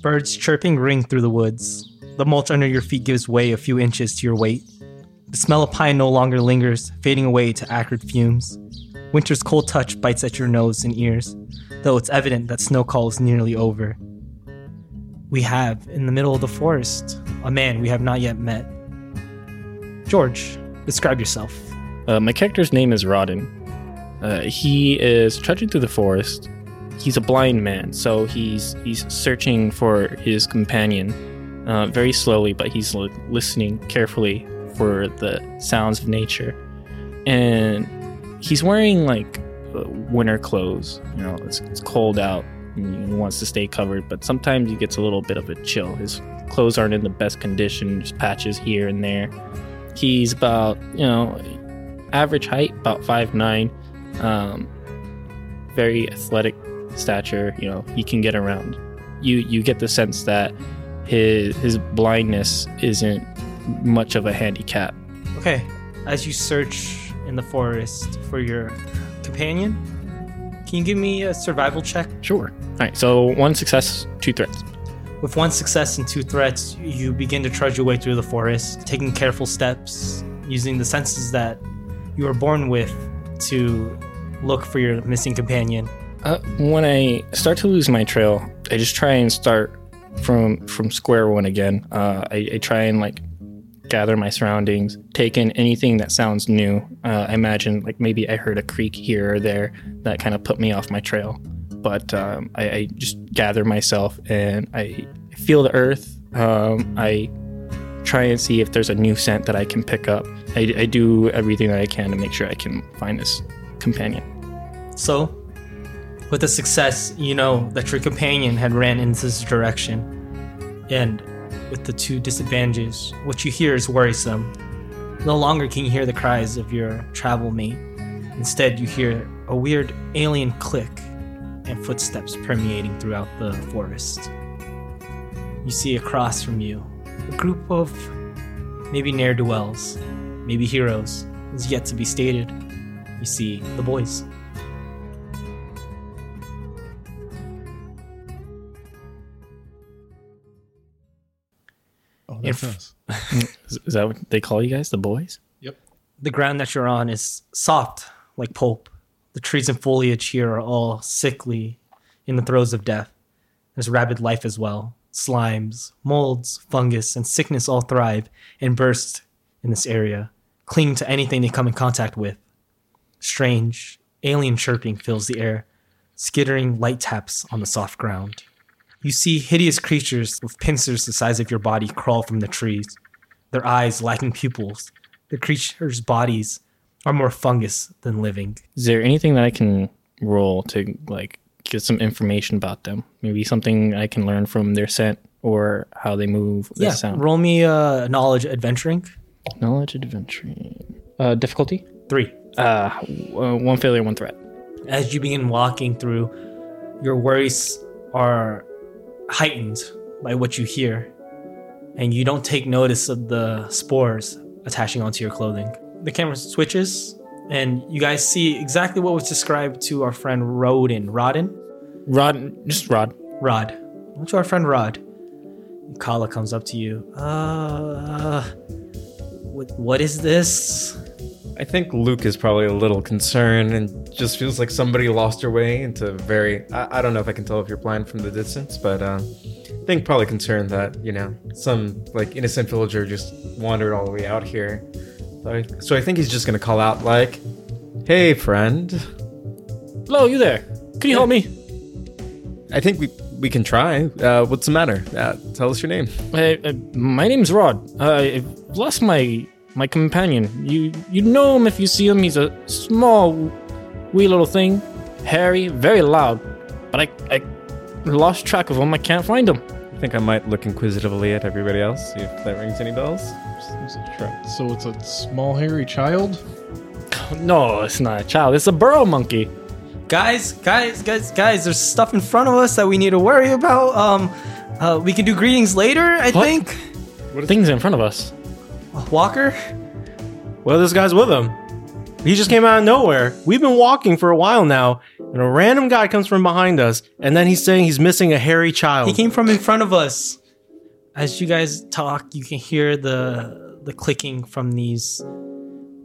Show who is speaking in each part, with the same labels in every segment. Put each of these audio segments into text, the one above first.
Speaker 1: Birds chirping ring through the woods. The mulch under your feet gives way a few inches to your weight. The smell of pine no longer lingers, fading away to acrid fumes. Winter's cold touch bites at your nose and ears, though it's evident that snowfall is nearly over. We have, in the middle of the forest, a man we have not yet met. George, describe yourself.
Speaker 2: Uh, my character's name is Rodden. Uh, he is trudging through the forest. He's a blind man, so he's he's searching for his companion uh, very slowly, but he's li- listening carefully for the sounds of nature. And he's wearing like uh, winter clothes. You know, it's, it's cold out. And he wants to stay covered, but sometimes he gets a little bit of a chill. His clothes aren't in the best condition. Just patches here and there. He's about you know average height, about five nine. Um, very athletic stature. You know, he can get around. You you get the sense that his his blindness isn't much of a handicap.
Speaker 1: Okay, as you search in the forest for your companion, can you give me a survival check?
Speaker 2: Sure. All right. So one success, two threats.
Speaker 1: With one success and two threats, you begin to trudge your way through the forest, taking careful steps, using the senses that you were born with to look for your missing companion.
Speaker 2: Uh, when I start to lose my trail, I just try and start from from square one again. Uh, I, I try and like gather my surroundings, take in anything that sounds new. Uh, I imagine like maybe I heard a creak here or there that kind of put me off my trail. But um, I, I just gather myself and I feel the earth. Um, I try and see if there's a new scent that I can pick up. I, I do everything that I can to make sure I can find this companion.
Speaker 1: So, with a success, you know that your companion had ran into this direction. And with the two disadvantages, what you hear is worrisome. No longer can you hear the cries of your travel mate. Instead, you hear a weird alien click and footsteps permeating throughout the forest. You see across from you a group of maybe ne'er do wells, maybe heroes, is yet to be stated. You see the boys.
Speaker 3: Oh, that's
Speaker 1: If-
Speaker 3: us.
Speaker 2: Is, is that what they call you guys, the boys?
Speaker 1: the ground that you're on is soft like pulp. The trees and foliage here are all sickly in the throes of death. There's rabid life as well. Slimes, molds, fungus, and sickness all thrive and burst in this area, clinging to anything they come in contact with. Strange, alien chirping fills the air, skittering light taps on the soft ground. You see hideous creatures with pincers the size of your body crawl from the trees, their eyes lacking pupils, the creatures' bodies are more fungus than living.
Speaker 2: Is there anything that I can roll to like get some information about them? Maybe something I can learn from their scent or how they move, their sound.
Speaker 1: Roll me uh, knowledge adventuring.
Speaker 2: Knowledge adventuring. Uh, difficulty?
Speaker 1: Three.
Speaker 2: Uh, w- uh, one failure, one threat.
Speaker 1: As you begin walking through, your worries are heightened by what you hear, and you don't take notice of the spores attaching onto your clothing. The camera switches, and you guys see exactly what was described to our friend Rodin. Rodin?
Speaker 2: Rod, just Rod.
Speaker 1: Rod. What's to our friend Rod. Kala comes up to you. Uh, what, what is this?
Speaker 4: I think Luke is probably a little concerned and just feels like somebody lost her way into very. I, I don't know if I can tell if you're blind from the distance, but uh, I think probably concerned that you know some like innocent villager just wandered all the way out here. So I, so I think he's just gonna call out like, "Hey, friend."
Speaker 2: Hello, you there? Can you help me?
Speaker 4: I think we we can try. Uh, what's the matter? Uh, tell us your name.
Speaker 2: Uh, uh, my name's Rod. Uh, I've lost my my companion. You you know him if you see him. He's a small, wee little thing, hairy, very loud. But I I lost track of him. I can't find him.
Speaker 4: I think I might look inquisitively at everybody else. See if that rings any bells. Just- just try.
Speaker 3: So it's a small hairy child.
Speaker 2: No, it's not a child. It's a burrow monkey.
Speaker 1: Guys, guys, guys, guys, there's stuff in front of us that we need to worry about. Um, uh, we can do greetings later, I
Speaker 2: What?
Speaker 1: think.
Speaker 2: Things in front of us.
Speaker 1: Walker?
Speaker 5: Well, this guy's with him. He just came out of nowhere. We've been walking for a while now, and a random guy comes from behind us, and then he's saying he's missing a hairy child.
Speaker 1: He came from in front of us. As you guys talk, you can hear the the clicking from these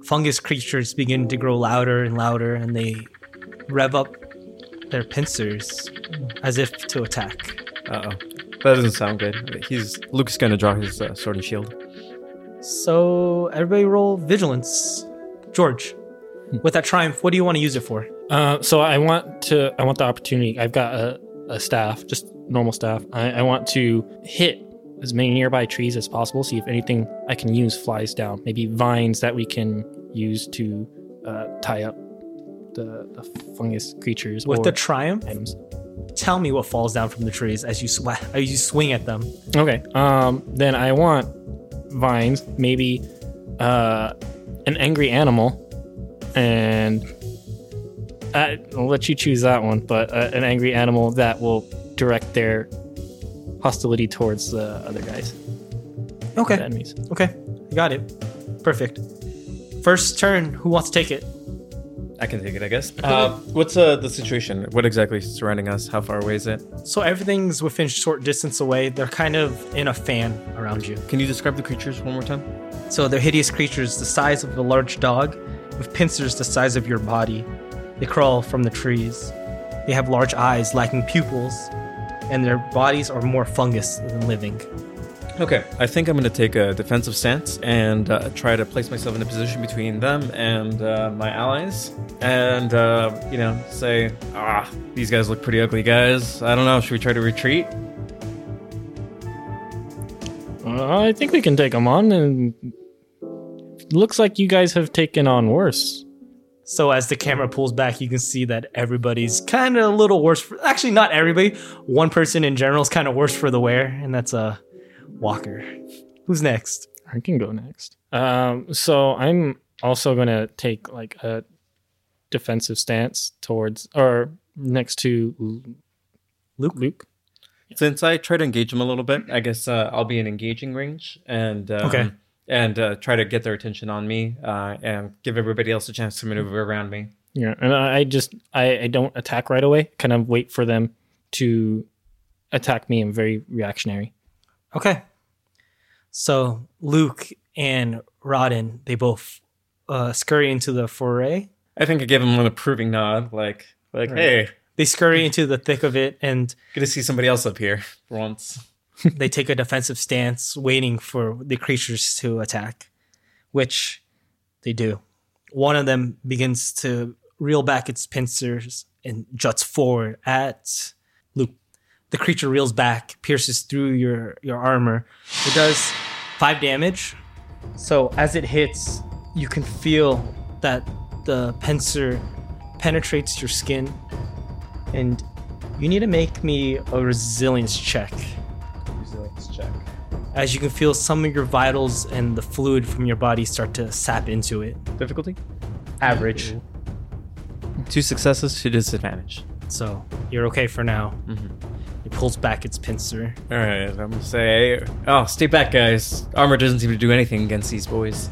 Speaker 1: fungus creatures begin to grow louder and louder, and they rev up their pincers as if to attack.
Speaker 4: Uh oh. That doesn't sound good. He's Luke's gonna draw his uh, sword and shield.
Speaker 1: So everybody roll vigilance. George, with that triumph, what do you want to use it for?
Speaker 2: Uh, so I want to. I want the opportunity. I've got a, a staff, just normal staff. I, I want to hit as many nearby trees as possible. See if anything I can use flies down. Maybe vines that we can use to uh, tie up the, the fungus creatures
Speaker 1: With
Speaker 2: or
Speaker 1: the triumph,
Speaker 2: items.
Speaker 1: tell me what falls down from the trees as you sw- as you swing at them.
Speaker 2: Okay. Um. Then I want vines. Maybe uh, an angry animal, and I, will let you choose that one. But uh, an angry animal that will direct their hostility towards the other guys, the
Speaker 1: Okay,
Speaker 2: enemies.
Speaker 1: okay, I got it. Perfect. First turn. Who wants to take it?
Speaker 4: I can take it, I guess. Uh, what's uh, the situation? What exactly is surrounding us? How far away is it?
Speaker 1: So everything's within short distance away. They're kind of in a fan around you.
Speaker 4: Can you describe the creatures one more time?
Speaker 1: So they're hideous creatures the size of a large dog, with pincers the size of your body. They crawl from the trees. They have large eyes lacking pupils, and their bodies are more fungus than living.
Speaker 4: Okay, I think I'm gonna take a defensive stance and uh, try to place myself in a position between them and uh, my allies, and uh, you know, say, ah, these guys look pretty ugly, guys. I don't know. Should we try to retreat?
Speaker 2: Uh, I think we can take them on, and looks like you guys have taken on worse.
Speaker 1: So as the camera pulls back, you can see that everybody's kind of a little worse. For, actually, not everybody. One person in general is kind of worse for the wear, and that's uh, Walker. Who's next?
Speaker 2: I can go next. Um, so I'm also gonna take like a defensive stance towards or next to L-
Speaker 1: Luke?
Speaker 2: Luke.
Speaker 4: Since I try to engage them a little bit, I guess uh, I'll be in engaging range and um,
Speaker 1: Okay.
Speaker 4: and uh, try to get their attention on me uh, and give everybody else a chance to maneuver around me.
Speaker 2: Yeah, and I I just I, I don't attack right away. Kind of wait for them to attack me. I'm very reactionary.
Speaker 1: Okay. So Luke and Rodden, they both uh, scurry into the foray.
Speaker 4: I think I gave him an approving nod, like like hey,
Speaker 1: They scurry into the thick of it, and
Speaker 4: good to see somebody else up here for once.
Speaker 1: they take a defensive stance, waiting for the creatures to attack, which they do. One of them begins to reel back its pincers and juts forward at Luke. The creature reels back, pierces through your, your armor. It does five damage. So as it hits, you can feel that the pincer penetrates your skin. And you need to make me a resilience check
Speaker 4: Resilience check.
Speaker 1: as you can feel some of your vitals and the fluid from your body start to sap into it.
Speaker 4: Difficulty?
Speaker 1: Average.
Speaker 4: Two successes to disadvantage.
Speaker 1: So you're okay for now. It pulls back its pincer.
Speaker 4: All right, I'm gonna say, oh, stay back, guys. Armor doesn't seem to do anything against these boys.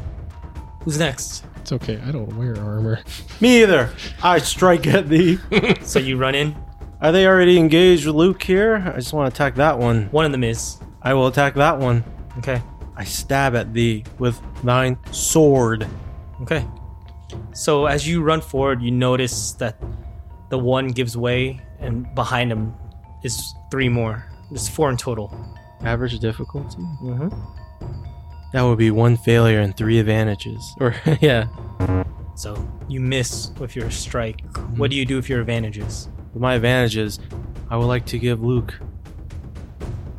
Speaker 1: Who's next?
Speaker 3: It's okay. I don't wear armor.
Speaker 5: Me either. I strike at thee.
Speaker 1: So you run in.
Speaker 5: Are they already engaged with Luke here? I just want to attack that one.
Speaker 1: One of them is.
Speaker 5: I will attack that one.
Speaker 1: Okay.
Speaker 5: I stab at thee with thine sword.
Speaker 1: Okay. So as you run forward, you notice that the one gives way, and behind him is three more. There's four in total.
Speaker 5: Average difficulty?
Speaker 1: Mm-hmm.
Speaker 5: That would be one failure and three advantages. Or, yeah.
Speaker 1: So you miss with your strike. What do you do with your advantages?
Speaker 5: With my advantages, I would like to give Luke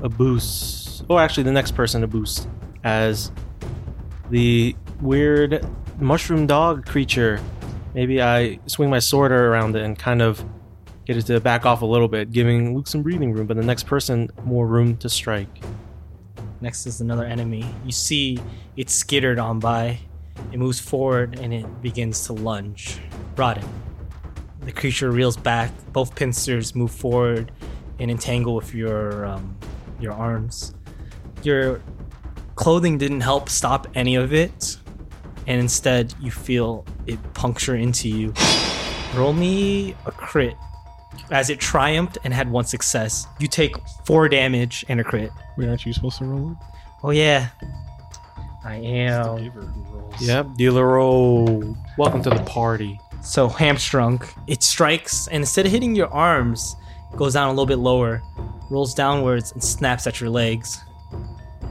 Speaker 5: a boost. Or actually, the next person a boost. As the weird mushroom dog creature. Maybe I swing my sword around it and kind of get it to back off a little bit, giving Luke some breathing room, but the next person more room to strike.
Speaker 1: Next is another enemy. You see it skittered on by. It moves forward and it begins to lunge. Rodden. The creature reels back. Both pincers move forward and entangle with your um, your arms. Your clothing didn't help stop any of it, and instead you feel it puncture into you. Roll me a crit. As it triumphed and had one success, you take four damage and a crit.
Speaker 3: Wait, aren't you supposed to roll it?
Speaker 1: Oh yeah, I
Speaker 3: It's the
Speaker 1: am.
Speaker 3: giver who rolls.
Speaker 5: Yep, dealer O. Welcome to the party.
Speaker 1: So hamstrung. It strikes and instead of hitting your arms, it goes down a little bit lower, rolls downwards and snaps at your legs.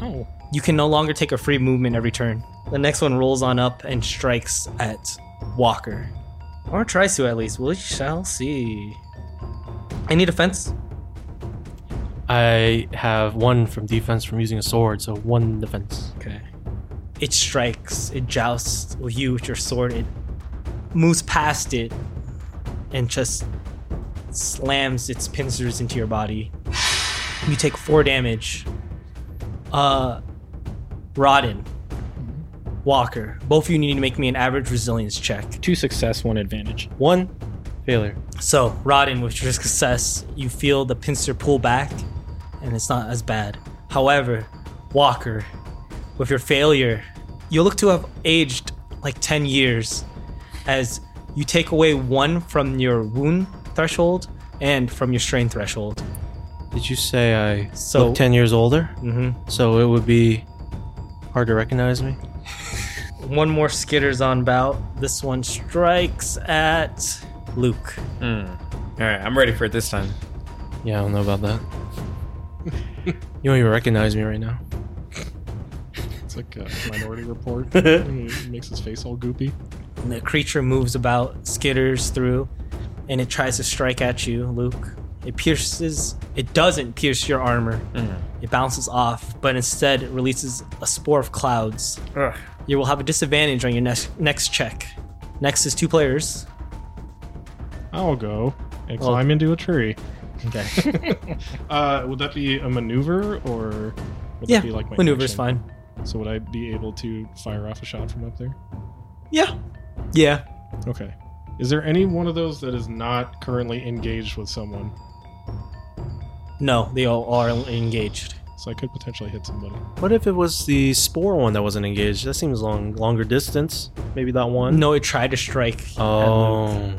Speaker 2: Oh.
Speaker 1: You can no longer take a free movement every turn. The next one rolls on up and strikes at Walker. Or tries to at least. We shall see. Any defense?
Speaker 5: I have one from defense from using a sword, so one defense.
Speaker 1: Okay. It strikes, it jousts with you with your sword, it moves past it and just slams its pincers into your body. You take four damage. Uh Rodden. Walker. Both of you need to make me an average resilience check.
Speaker 2: Two success, one advantage.
Speaker 5: One failure.
Speaker 1: So, Rodden, with your success, you feel the pincer pull back, and it's not as bad. However, Walker, with your failure, you look to have aged like 10 years as you take away one from your wound threshold and from your strain threshold.
Speaker 5: Did you say I
Speaker 1: So-
Speaker 5: look ten years older?
Speaker 1: Mm-hmm.
Speaker 5: So it would be hard to recognize me.
Speaker 1: One more skitters on bout. This one strikes at Luke.
Speaker 4: Hmm. All right, I'm ready for it this time.
Speaker 5: Yeah, I don't know about that. you don't even recognize me right now.
Speaker 3: It's like a Minority Report. he makes his face all goopy.
Speaker 1: And the creature moves about, skitters through, and it tries to strike at you, Luke. It pierces, it doesn't pierce your armor. It bounces off, but instead it releases a spore of clouds.
Speaker 4: Ugh.
Speaker 1: You will have a disadvantage on your next, next check. Next is two players.
Speaker 3: I'll go and climb into a tree.
Speaker 1: Okay.
Speaker 3: Uh, would that be a maneuver or would
Speaker 1: yeah,
Speaker 3: that be like my
Speaker 1: maneuver's
Speaker 3: action?
Speaker 1: fine.
Speaker 3: So would I be able to fire off a shot from up there?
Speaker 1: Yeah. Yeah.
Speaker 3: Okay. Is there any one of those that is not currently engaged with someone?
Speaker 1: No, they all are engaged.
Speaker 3: So I could potentially hit somebody.
Speaker 5: What if it was the spore one that wasn't engaged? That seems long, longer distance. Maybe that one.
Speaker 1: No, it tried to strike. at Luke.
Speaker 5: Oh.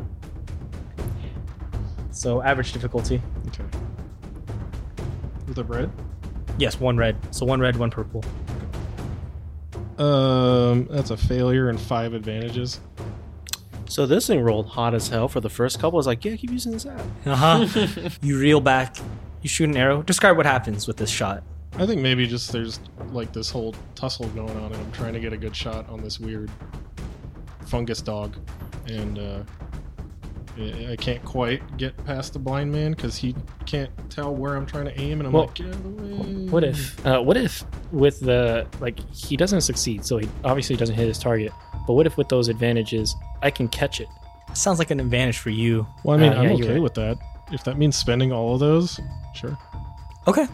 Speaker 1: So average difficulty.
Speaker 3: Okay. With a red?
Speaker 1: Yes, one red. So one red, one purple.
Speaker 3: Um, that's a failure and five advantages.
Speaker 5: So this thing rolled hot as hell for the first couple. I was like, yeah, keep using this app.
Speaker 1: Uh huh. you reel back. You shoot an arrow. Describe what happens with this shot.
Speaker 3: I think maybe just there's like this whole tussle going on, and I'm trying to get a good shot on this weird fungus dog, and uh, I I can't quite get past the blind man because he can't tell where I'm trying to aim, and I'm
Speaker 2: Well,
Speaker 3: like, get out of the way.
Speaker 2: What if? Uh, what if with the like he doesn't succeed, so he obviously doesn't hit his target. But what if with those advantages, I can catch it?
Speaker 1: Sounds like an advantage for you.
Speaker 3: Well, I mean,
Speaker 2: Uh,
Speaker 3: I'm
Speaker 2: yeah, you're
Speaker 3: okay
Speaker 2: right.
Speaker 3: with that. If that means spending all of those, sure.
Speaker 1: Okay.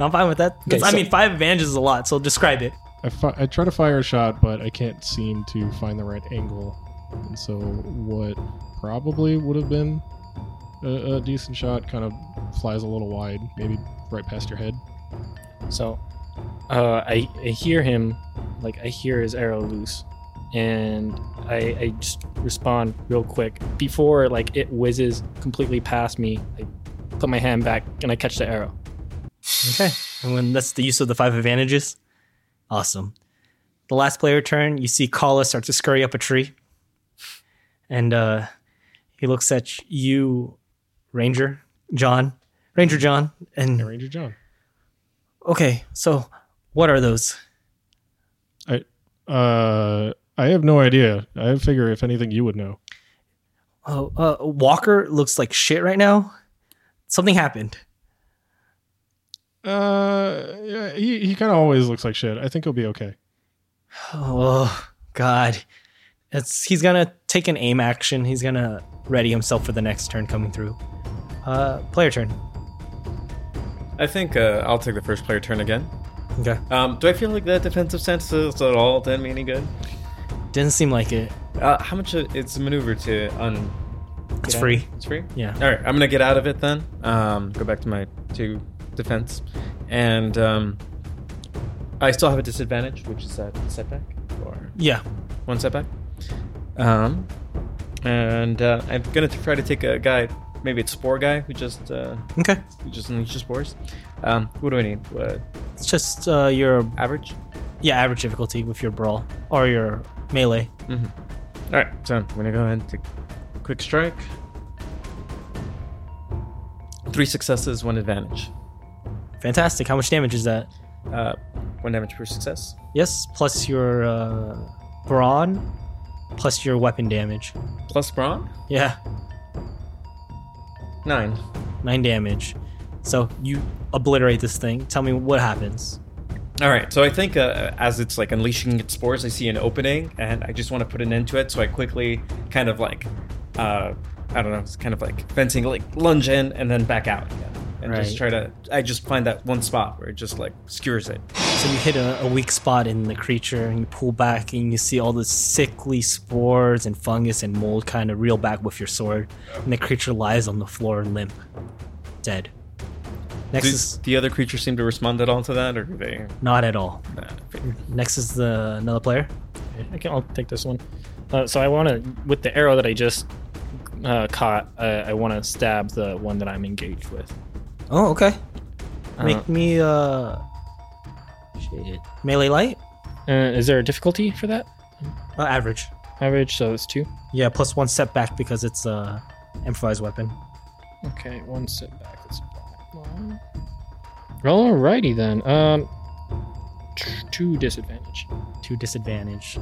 Speaker 1: I'm fine with that. That's- I
Speaker 2: so-
Speaker 1: mean, five advantages is a lot, so describe it.
Speaker 3: I, fi- I try to fire a shot, but I can't seem to find the right angle. And so, what probably would have been a, a decent shot kind of flies a little wide, maybe right past your head.
Speaker 2: So uh, I, I hear him, like I hear his arrow loose, and I, I just respond real quick before like it whizzes completely past me. I put my hand back and I catch the arrow.
Speaker 1: Okay. And when that's the use of the five advantages. Awesome. The last player turn, you see Kala start to scurry up a tree. And uh, he looks at you, Ranger John. Ranger John.
Speaker 3: Hey,
Speaker 1: And
Speaker 3: Ranger John.
Speaker 1: okay, so what are those?
Speaker 3: Uh, I have no idea. I figure if anything, you would know.
Speaker 1: Oh, uh, Walker looks like shit right now. Something happened.
Speaker 3: Uh, yeah, he, he kind of always looks like shit. I think he'll be okay.
Speaker 1: Oh God, it's he's gonna take an aim action. He's gonna ready himself for the next turn coming through. Uh, player turn.
Speaker 4: I think uh, I'll take the first player turn again.
Speaker 1: Okay,
Speaker 4: Um, do I feel like that defensive stance is at all done me any good?
Speaker 1: didn't seem like it.
Speaker 4: Uh, how much it's a maneuver to un?
Speaker 1: It's
Speaker 4: get out?
Speaker 1: free.
Speaker 4: It's free.
Speaker 1: Yeah.
Speaker 4: All right, I'm gonna get out of it then. Um, go back to my two defense, and um, I still have a disadvantage, which is that setback. Or
Speaker 1: Yeah,
Speaker 4: one setback. Um, and uh, I'm gonna try to take a guy. Maybe it's spore guy who just uh,
Speaker 1: Okay.
Speaker 4: who just unleashes spores. Um, what do I need? Uh,
Speaker 1: It's just uh, your
Speaker 4: average.
Speaker 1: yeah average difficulty with your brawl or your melee.
Speaker 4: All right, so I'm gonna go ahead and take quick strike. Three successes, one advantage.
Speaker 1: Fantastic. How much damage is that?
Speaker 4: Uh, one damage per success.
Speaker 1: Yes, plus your uh, brawn, plus your weapon damage.
Speaker 4: Plus brawn,
Speaker 1: Yeah,
Speaker 4: nine.
Speaker 1: nine damage. So you obliterate this thing. Tell me what happens.
Speaker 4: All right, so I think uh, as it's like unleashing its spores, I see an opening, and I just want to put an end to it. So I quickly, kind of like, uh, I don't know, it's kind of like fencing, like lunge in and then back out, again, and just
Speaker 1: Right.
Speaker 4: try to. I just find that one spot where it just like skewers it.
Speaker 1: So you hit a, a weak spot in the creature, and you pull back, and you see all the sickly spores and fungus and mold kind of reel back with your sword, and the creature lies on the floor limp, dead. Next
Speaker 4: Does
Speaker 1: is
Speaker 4: the other creature seem to respond at all to that, or do they?
Speaker 1: not at all.
Speaker 4: Nah,
Speaker 1: Next is the another player.
Speaker 2: I can, I'll take this one. Uh, so I want to, with the arrow that I just uh, caught, uh, I want to stab the one that I'm engaged with.
Speaker 1: Oh, okay.
Speaker 2: Uh,
Speaker 1: Make me uh, shit. melee light.
Speaker 2: uh, is there a difficulty for that?
Speaker 1: Uh, average.
Speaker 2: Average, so it's two.
Speaker 1: Yeah, plus one setback because it's a improvised weapon.
Speaker 2: Okay, one setback. Let's roll. Alrighty then. Um, t- two disadvantage.
Speaker 1: to disadvantage.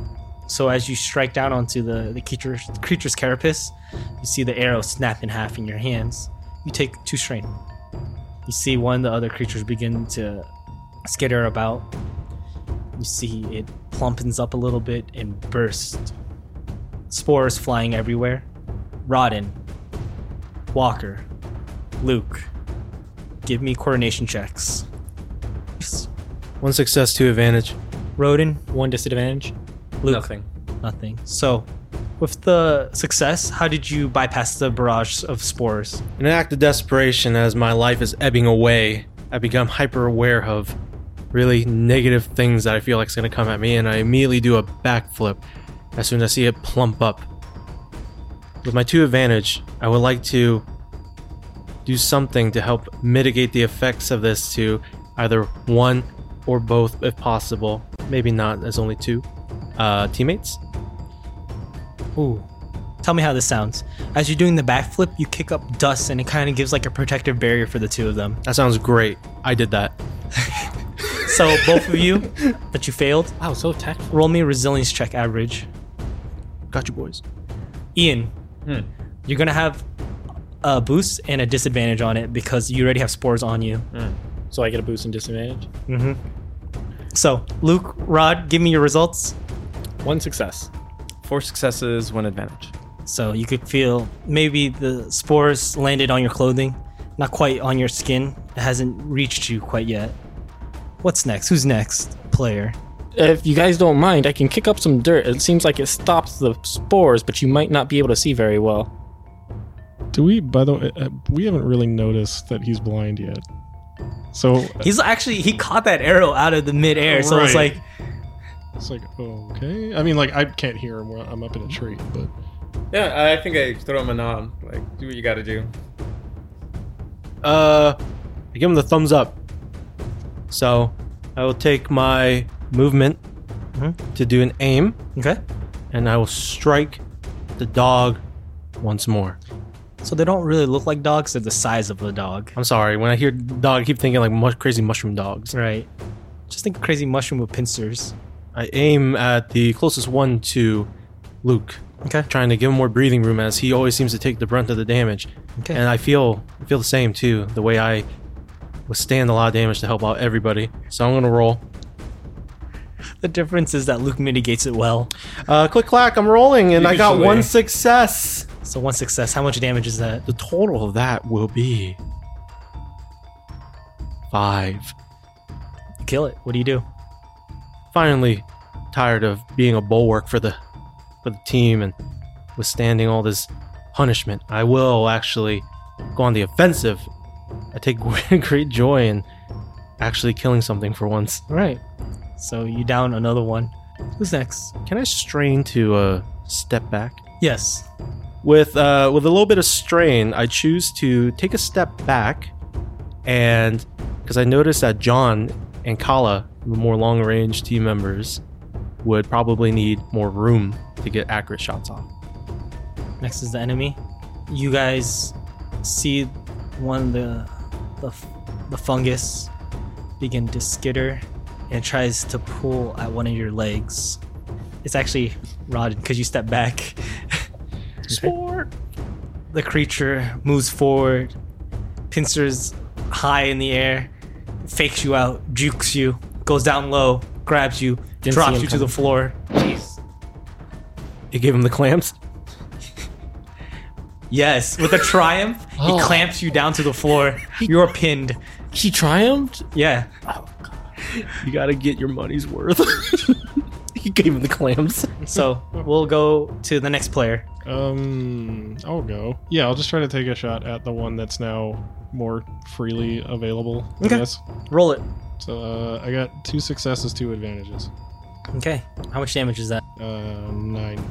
Speaker 1: So as you strike down onto the, the creature's, creature's carapace, you see the arrow snap in half in your hands. You take two strain. You see one of the other creatures begin to skitter about. You see it plumpens up a little bit and bursts. Spores flying everywhere. Rodden, Walker, Luke, give me coordination checks.
Speaker 5: One success, two advantage.
Speaker 1: Rodin,
Speaker 2: One disadvantage.
Speaker 1: Luke,
Speaker 4: Nothing.
Speaker 1: Nothing. So, with the success, how did you bypass the barrage of spores?
Speaker 5: In an act of desperation, as my life is ebbing away, I become hyper aware of really negative things that I feel like is going to come at me, and I immediately do a backflip as soon as I see it plump up. With my two advantage, I would like to do something to help mitigate the effects of this to either one or both, if possible. Maybe not, as only two uh, teammates.
Speaker 1: Ooh. Tell me how this sounds. As you're doing the backflip, you kick up dust and it kind of gives like a protective barrier for the two of them.
Speaker 5: That sounds great. I did that.
Speaker 1: So, both of you that you failed,
Speaker 2: Wow, so tactful.
Speaker 1: roll me a resilience check average.
Speaker 5: Got you, boys.
Speaker 1: Ian,
Speaker 4: Hmm.
Speaker 1: you're going to have a boost and a disadvantage on it because you already have spores on you.
Speaker 2: So I get a boost and disadvantage.
Speaker 1: Mm-hmm. So, Luke, Rod, give me your results.
Speaker 2: One success.
Speaker 4: Four successes, one advantage.
Speaker 1: So you could feel maybe the spores landed on your clothing, not quite on your skin. It hasn't reached you quite yet. What's next? Who's next? Player.
Speaker 2: If you guys don't mind, I can kick up some dirt. It seems like it stops the spores, but you might not be able to see very well.
Speaker 3: Do we? By the way, uh, we haven't really noticed that he's blind yet. So uh,
Speaker 1: He's actually he caught that arrow out of the midair, so it's
Speaker 3: Right.
Speaker 1: like
Speaker 3: it's like okay. I mean, like I can't hear him. I'm up in a tree, but
Speaker 4: Yeah, I think I throw him a nod. Like, do what you gotta do.
Speaker 5: Uh, I give him the thumbs up. So I will take my movement
Speaker 1: Mhm.
Speaker 5: to do an aim,
Speaker 1: okay.
Speaker 5: and I will strike the dog once more.
Speaker 1: So they don't really look like dogs. They're the size of a dog,
Speaker 5: I'm sorry. When I hear dog, I keep thinking like mush, crazy mushroom dogs.
Speaker 1: right? Just think crazy mushroom with pincers.
Speaker 5: I aim at the closest one to Luke,
Speaker 1: Okay.
Speaker 5: trying to give him more breathing room as he always seems to take the brunt of the damage.
Speaker 1: Okay.
Speaker 5: And I feel I feel the same too. The way I withstand a lot of damage to help out everybody. So I'm gonna roll.
Speaker 1: the difference is that Luke mitigates it well.
Speaker 5: Uh, click clack. I'm rolling, and I got
Speaker 4: Usually.
Speaker 5: one success.
Speaker 1: So one success. How much damage is that?
Speaker 5: The total of that will be five.
Speaker 1: Kill it. What do you do?
Speaker 5: Finally, tired of being a bulwark for the for the team and withstanding all this punishment, I will actually go on the offensive. I take great joy in actually killing something for once.
Speaker 1: All right. So you down another one. Who's next?
Speaker 5: Can I strain to uh, step back?
Speaker 1: Yes.
Speaker 5: With uh, with a little bit of strain, I choose to take a step back, and because I noticed that John and Kala, the more long range team members, would probably need more room to get accurate shots off.
Speaker 1: Next is the enemy. You guys see one the the the fungus begin to skitter and tries to pull at one of your legs. It's actually rotted because you step back.
Speaker 2: Sport.
Speaker 1: The creature moves forward, pincers high in the air, fakes you out, jukes you, goes down low, grabs you,
Speaker 2: see
Speaker 1: drops
Speaker 2: him
Speaker 1: you to the
Speaker 2: coming.
Speaker 1: floor.
Speaker 5: It gave him the clamps.
Speaker 1: Yes, with a triumph,
Speaker 2: Oh.
Speaker 1: he clamps you down to the floor. You're pinned.
Speaker 2: He triumphed.
Speaker 1: Yeah.
Speaker 5: You gotta get your money's worth. he gave him the clamps.
Speaker 1: So we'll go to the next player.
Speaker 3: Um, I'll go. Yeah, I'll just try to take a shot at the one that's now more freely available.
Speaker 1: Okay.
Speaker 3: I guess.
Speaker 1: Roll it.
Speaker 3: So uh, I got two successes, two advantages.
Speaker 1: Okay. How much damage is that?
Speaker 3: Uh, nine.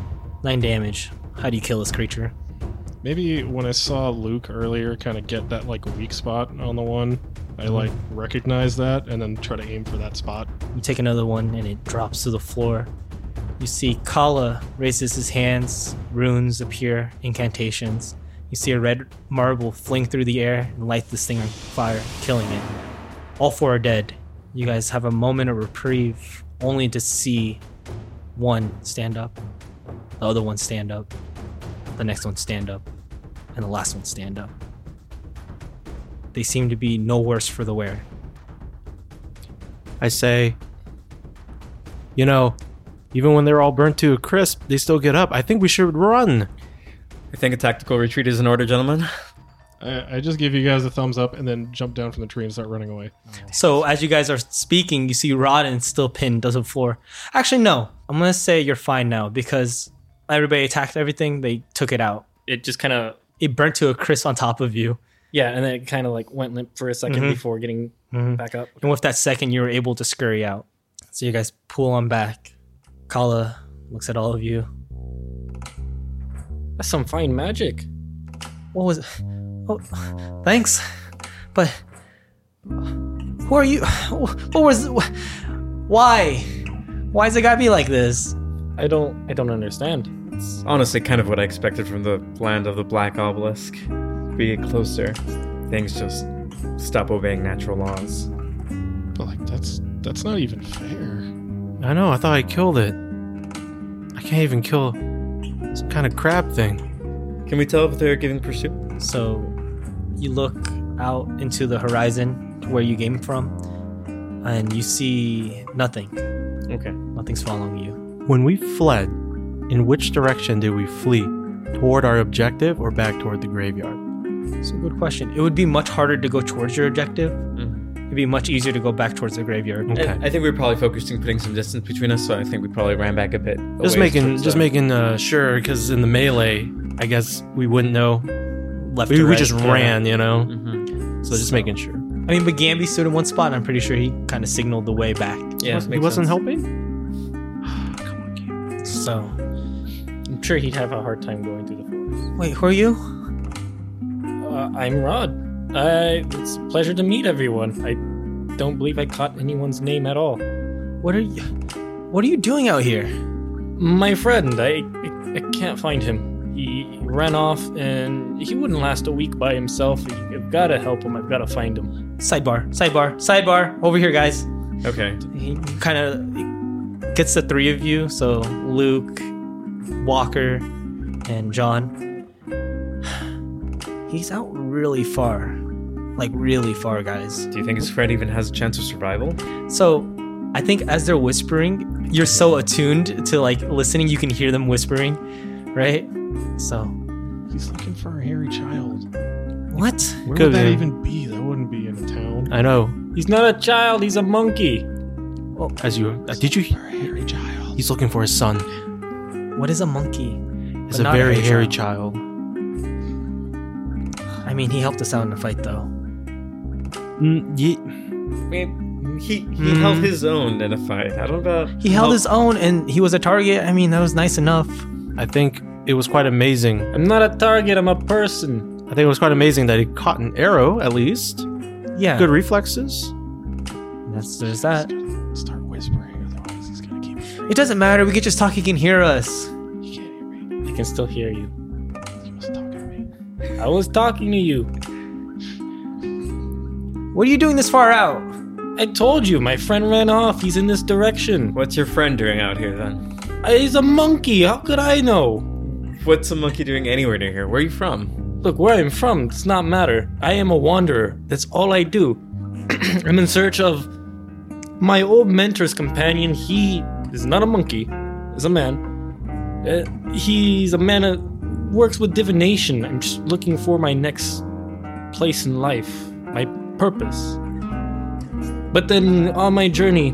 Speaker 1: Nine damage. How do you kill this creature?
Speaker 3: Maybe when I saw Luke earlier, kind of get that like weak spot on the one,
Speaker 5: Mm-hmm.
Speaker 3: I like recognize that and then try to aim for that spot.
Speaker 1: You take another one and it drops to the floor. You see Kala raises his hands, runes appear, incantations. You see a red marble fling through the air and light this thing on fire, killing it. All four are dead. You guys have a moment of reprieve only to see one stand up, the other one stand up, the next one stand up, and the last one stand up. They seem to be no worse for the wear.
Speaker 5: I say, you know, even when they're all burnt to a crisp, they still get up. I think we should run.
Speaker 4: I think a tactical retreat is in order, gentlemen.
Speaker 3: I, I just give you guys a thumbs up and then jump down from the tree and start running away.
Speaker 1: So as you guys are speaking, you see Rodden still pinned to the floor. Actually, no. I'm gonna say you're fine now because everybody attacked everything. They took it out.
Speaker 2: It just kind of
Speaker 1: It burnt to a crisp on top of you,
Speaker 2: yeah, and then it kind of like went limp for a 2nd before getting back up.
Speaker 1: and with that second, you were able to scurry out. So you guys pull on back. Kala looks at all of you.
Speaker 2: That's some fine magic.
Speaker 1: What was? It? Oh, thanks, but who are you? What was? Why? Why's it gotta be like this?
Speaker 2: I don't. I don't understand.
Speaker 4: It's honestly kind of what I expected from the land of the Black Obelisk. We get closer, things just stop obeying natural laws.
Speaker 3: But like that's that's not even fair.
Speaker 5: I know, I thought I killed it. I can't even kill some kind of crab thing.
Speaker 4: Can we tell if they're giving pursuit?
Speaker 1: So you look out into the horizon to where you came from, and you see nothing.
Speaker 4: Okay.
Speaker 1: Nothing's following you.
Speaker 5: When we fled, in which direction did we flee? Toward our objective or back toward the graveyard?
Speaker 1: It's a good question. It would be much harder to go towards your objective.
Speaker 5: Mm-hmm.
Speaker 1: It'd be much easier to go back towards the graveyard.
Speaker 5: Okay.
Speaker 4: I, I think we were probably focusing putting some distance between us, so I think we probably ran back a bit. a ways
Speaker 5: just making
Speaker 4: towards
Speaker 5: just
Speaker 4: the-
Speaker 5: making uh, sure because in the melee, I guess we wouldn't know.
Speaker 1: Left
Speaker 5: We,
Speaker 1: to
Speaker 5: we
Speaker 1: right.
Speaker 5: just ran, you know.
Speaker 4: Mhm.
Speaker 5: So just making sure.
Speaker 1: I mean, but Gamby stood in one spot, and I'm pretty sure he kind of signaled the way back.
Speaker 4: Yeah,
Speaker 5: Wasn't- he
Speaker 4: makes
Speaker 5: wasn't
Speaker 4: sense.
Speaker 5: helping.
Speaker 1: So,
Speaker 2: I'm sure he'd have a hard time going through the forest.
Speaker 1: wait, who are you?
Speaker 2: Uh, I'm Rod. I, it's a pleasure to meet everyone. I don't believe I caught anyone's name at all.
Speaker 1: What are you? What are you doing out here?
Speaker 2: My friend, I, I, I can't find him. He ran off and he wouldn't last a week by himself. I've got to help him. I've got to find him.
Speaker 1: Sidebar, sidebar, sidebar. Over here, guys.
Speaker 4: Okay.
Speaker 1: he kind of gets the three of you so luke walker and john he's out really far like really far guys
Speaker 4: Do you think his friend even has a chance of survival?
Speaker 1: so i think as they're whispering you're so attuned to like listening you can hear them whispering right so
Speaker 3: He's looking for a hairy child.
Speaker 1: what
Speaker 3: Where
Speaker 5: Could
Speaker 3: would that
Speaker 5: be.
Speaker 3: even be? That wouldn't be in a town.
Speaker 5: I know.
Speaker 2: He's not a child. He's a monkey.
Speaker 5: As you uh, did you?
Speaker 3: For a hairy child.
Speaker 5: He's looking for his son.
Speaker 1: what is a monkey
Speaker 5: It's
Speaker 1: But
Speaker 5: a
Speaker 1: not a
Speaker 5: very
Speaker 1: hairy
Speaker 5: hairy child.
Speaker 1: i mean he helped us out in the fight though
Speaker 5: Mm, ye-
Speaker 4: We He he
Speaker 1: Mm.
Speaker 4: held his own in a fight. I don't uh, oh. know.
Speaker 1: He held his own and he was a target. I mean, that was nice enough.
Speaker 5: I think it was quite amazing.
Speaker 2: I'm not a target, I'm a person.
Speaker 5: I think it was quite amazing that he caught an arrow, at least.
Speaker 1: Yeah.
Speaker 5: Good reflexes.
Speaker 1: That's there's that.
Speaker 3: Start whispering, otherwise he's gonna keep.
Speaker 1: It doesn't matter. We could just talk. He can hear us.
Speaker 3: He can't hear me.
Speaker 2: I can still hear you.
Speaker 3: He must talk at me.
Speaker 2: I was talking to you.
Speaker 1: What are you doing this far out?
Speaker 2: I told you, my friend ran off. He's in this direction. Uh,
Speaker 4: What's your friend doing out here then?
Speaker 2: He's a monkey. How could I know?
Speaker 4: What's a monkey doing anywhere near here? Where are you from?
Speaker 2: Look, where I'm from does not matter. I am a wanderer. That's all I do. I'm in search of my old mentor's companion. He is not a monkey, he's a man. Uh, he's a man that works with divination. I'm just looking for my next place in life, my purpose. But then on my journey,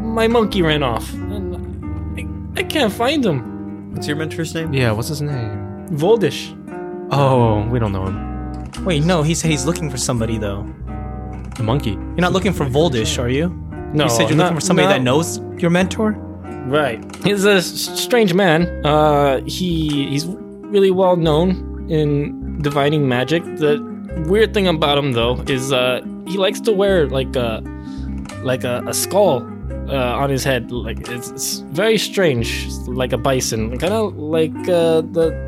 Speaker 2: my monkey ran off. And I, I can't find him.
Speaker 4: What's your mentor's name?
Speaker 5: Yeah, what's his name?
Speaker 2: Voldish.
Speaker 5: Oh, we don't know him.
Speaker 1: Wait, no. He said he's looking for somebody though.
Speaker 5: The monkey.
Speaker 1: You're not looking for Voldish, are you?
Speaker 2: No,
Speaker 1: you said you're
Speaker 2: not-
Speaker 1: looking for somebody
Speaker 2: no.
Speaker 1: that knows your mentor.
Speaker 2: Right. He's a s- strange man. Uh, he he's really well known in divining magic. The weird thing about him though is uh, he likes to wear like a like a, a skull uh, on his head. Like it's, it's very strange, like a bison, kind of like uh, the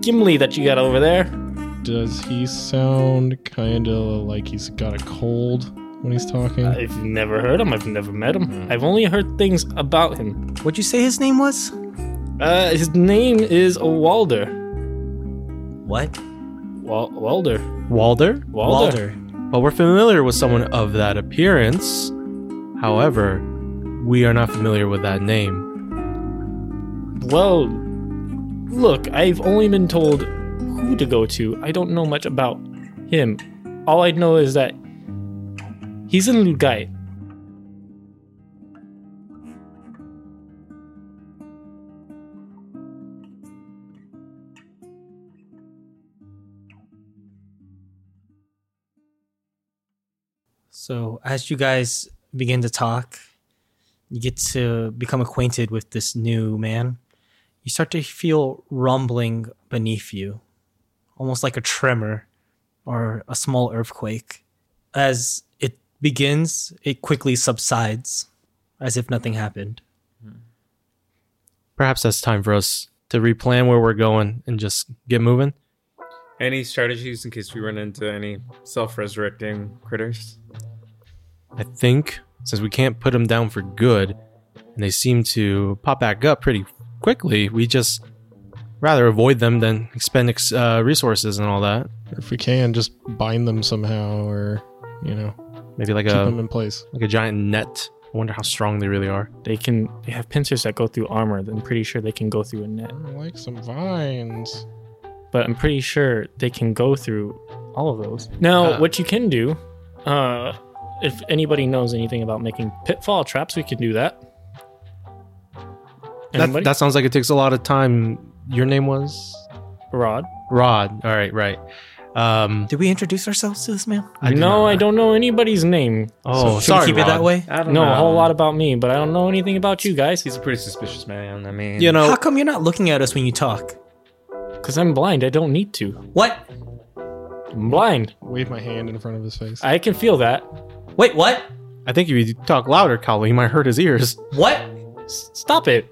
Speaker 2: Gimli that you got over there.
Speaker 3: Does he sound kind of like he's got a cold when he's talking?
Speaker 2: I've never heard him. I've never met him. I've only heard things about him.
Speaker 1: What'd you say his name was?
Speaker 2: Uh, his name is Walder.
Speaker 1: What?
Speaker 2: Wal- Walder.
Speaker 5: Walder?
Speaker 2: Walder.
Speaker 5: Well, we're familiar with someone of that appearance. However, we are not familiar with that name.
Speaker 2: Well, look, I've only been told who to go to. I don't know much about him. All I know is that he's in Lugai.
Speaker 1: So, as you guys begin to talk, you get to become acquainted with this new man. You start to feel rumbling beneath you, almost like a tremor or a small earthquake. As it begins, it quickly subsides as if nothing happened.
Speaker 5: Perhaps that's time for us to replan where we're going and just get moving.
Speaker 4: Any strategies in case we run into any self-resurrecting critters?
Speaker 5: I think since we can't put them down for good, and they seem to pop back up pretty quickly, we just rather avoid them than expend ex- uh, resources and all that.
Speaker 3: if we can, just bind them somehow, or you know,
Speaker 5: Maybe like
Speaker 3: keep them
Speaker 5: a
Speaker 3: in place.
Speaker 5: like a giant net. I wonder how strong they really are.
Speaker 2: They can they have pincers that go through armor. I'm pretty sure they can go through a net.
Speaker 3: I like some vines.
Speaker 2: But I'm pretty sure they can go through all of those. Now,
Speaker 5: Uh.
Speaker 2: what you can do, uh, if anybody knows anything about making pitfall traps, we can do that.
Speaker 5: That,
Speaker 2: Anybody?
Speaker 5: that sounds like it takes a lot of time. Your name was
Speaker 2: Rod.
Speaker 5: Rod. All right, right. Um,
Speaker 1: Did we introduce ourselves to this man?
Speaker 5: I do
Speaker 2: no,
Speaker 5: not-
Speaker 2: I don't know anybody's name.
Speaker 5: Oh,
Speaker 1: Should
Speaker 5: sorry.
Speaker 1: we keep
Speaker 5: Rod.
Speaker 1: it that way?
Speaker 4: I don't
Speaker 2: No,
Speaker 4: know.
Speaker 2: a whole lot about me, but I don't know anything about you guys
Speaker 4: He's a pretty suspicious man. I mean,
Speaker 5: You know,
Speaker 1: How come you're not looking at us when you talk?
Speaker 2: because I'm blind. I don't need to.
Speaker 1: What?
Speaker 2: I'm blind.
Speaker 3: Wave my hand in front of his face.
Speaker 2: I can feel that.
Speaker 1: Wait, what?
Speaker 5: I think if you talk louder, Kali, you might hurt his ears.
Speaker 1: What?
Speaker 2: S- stop it.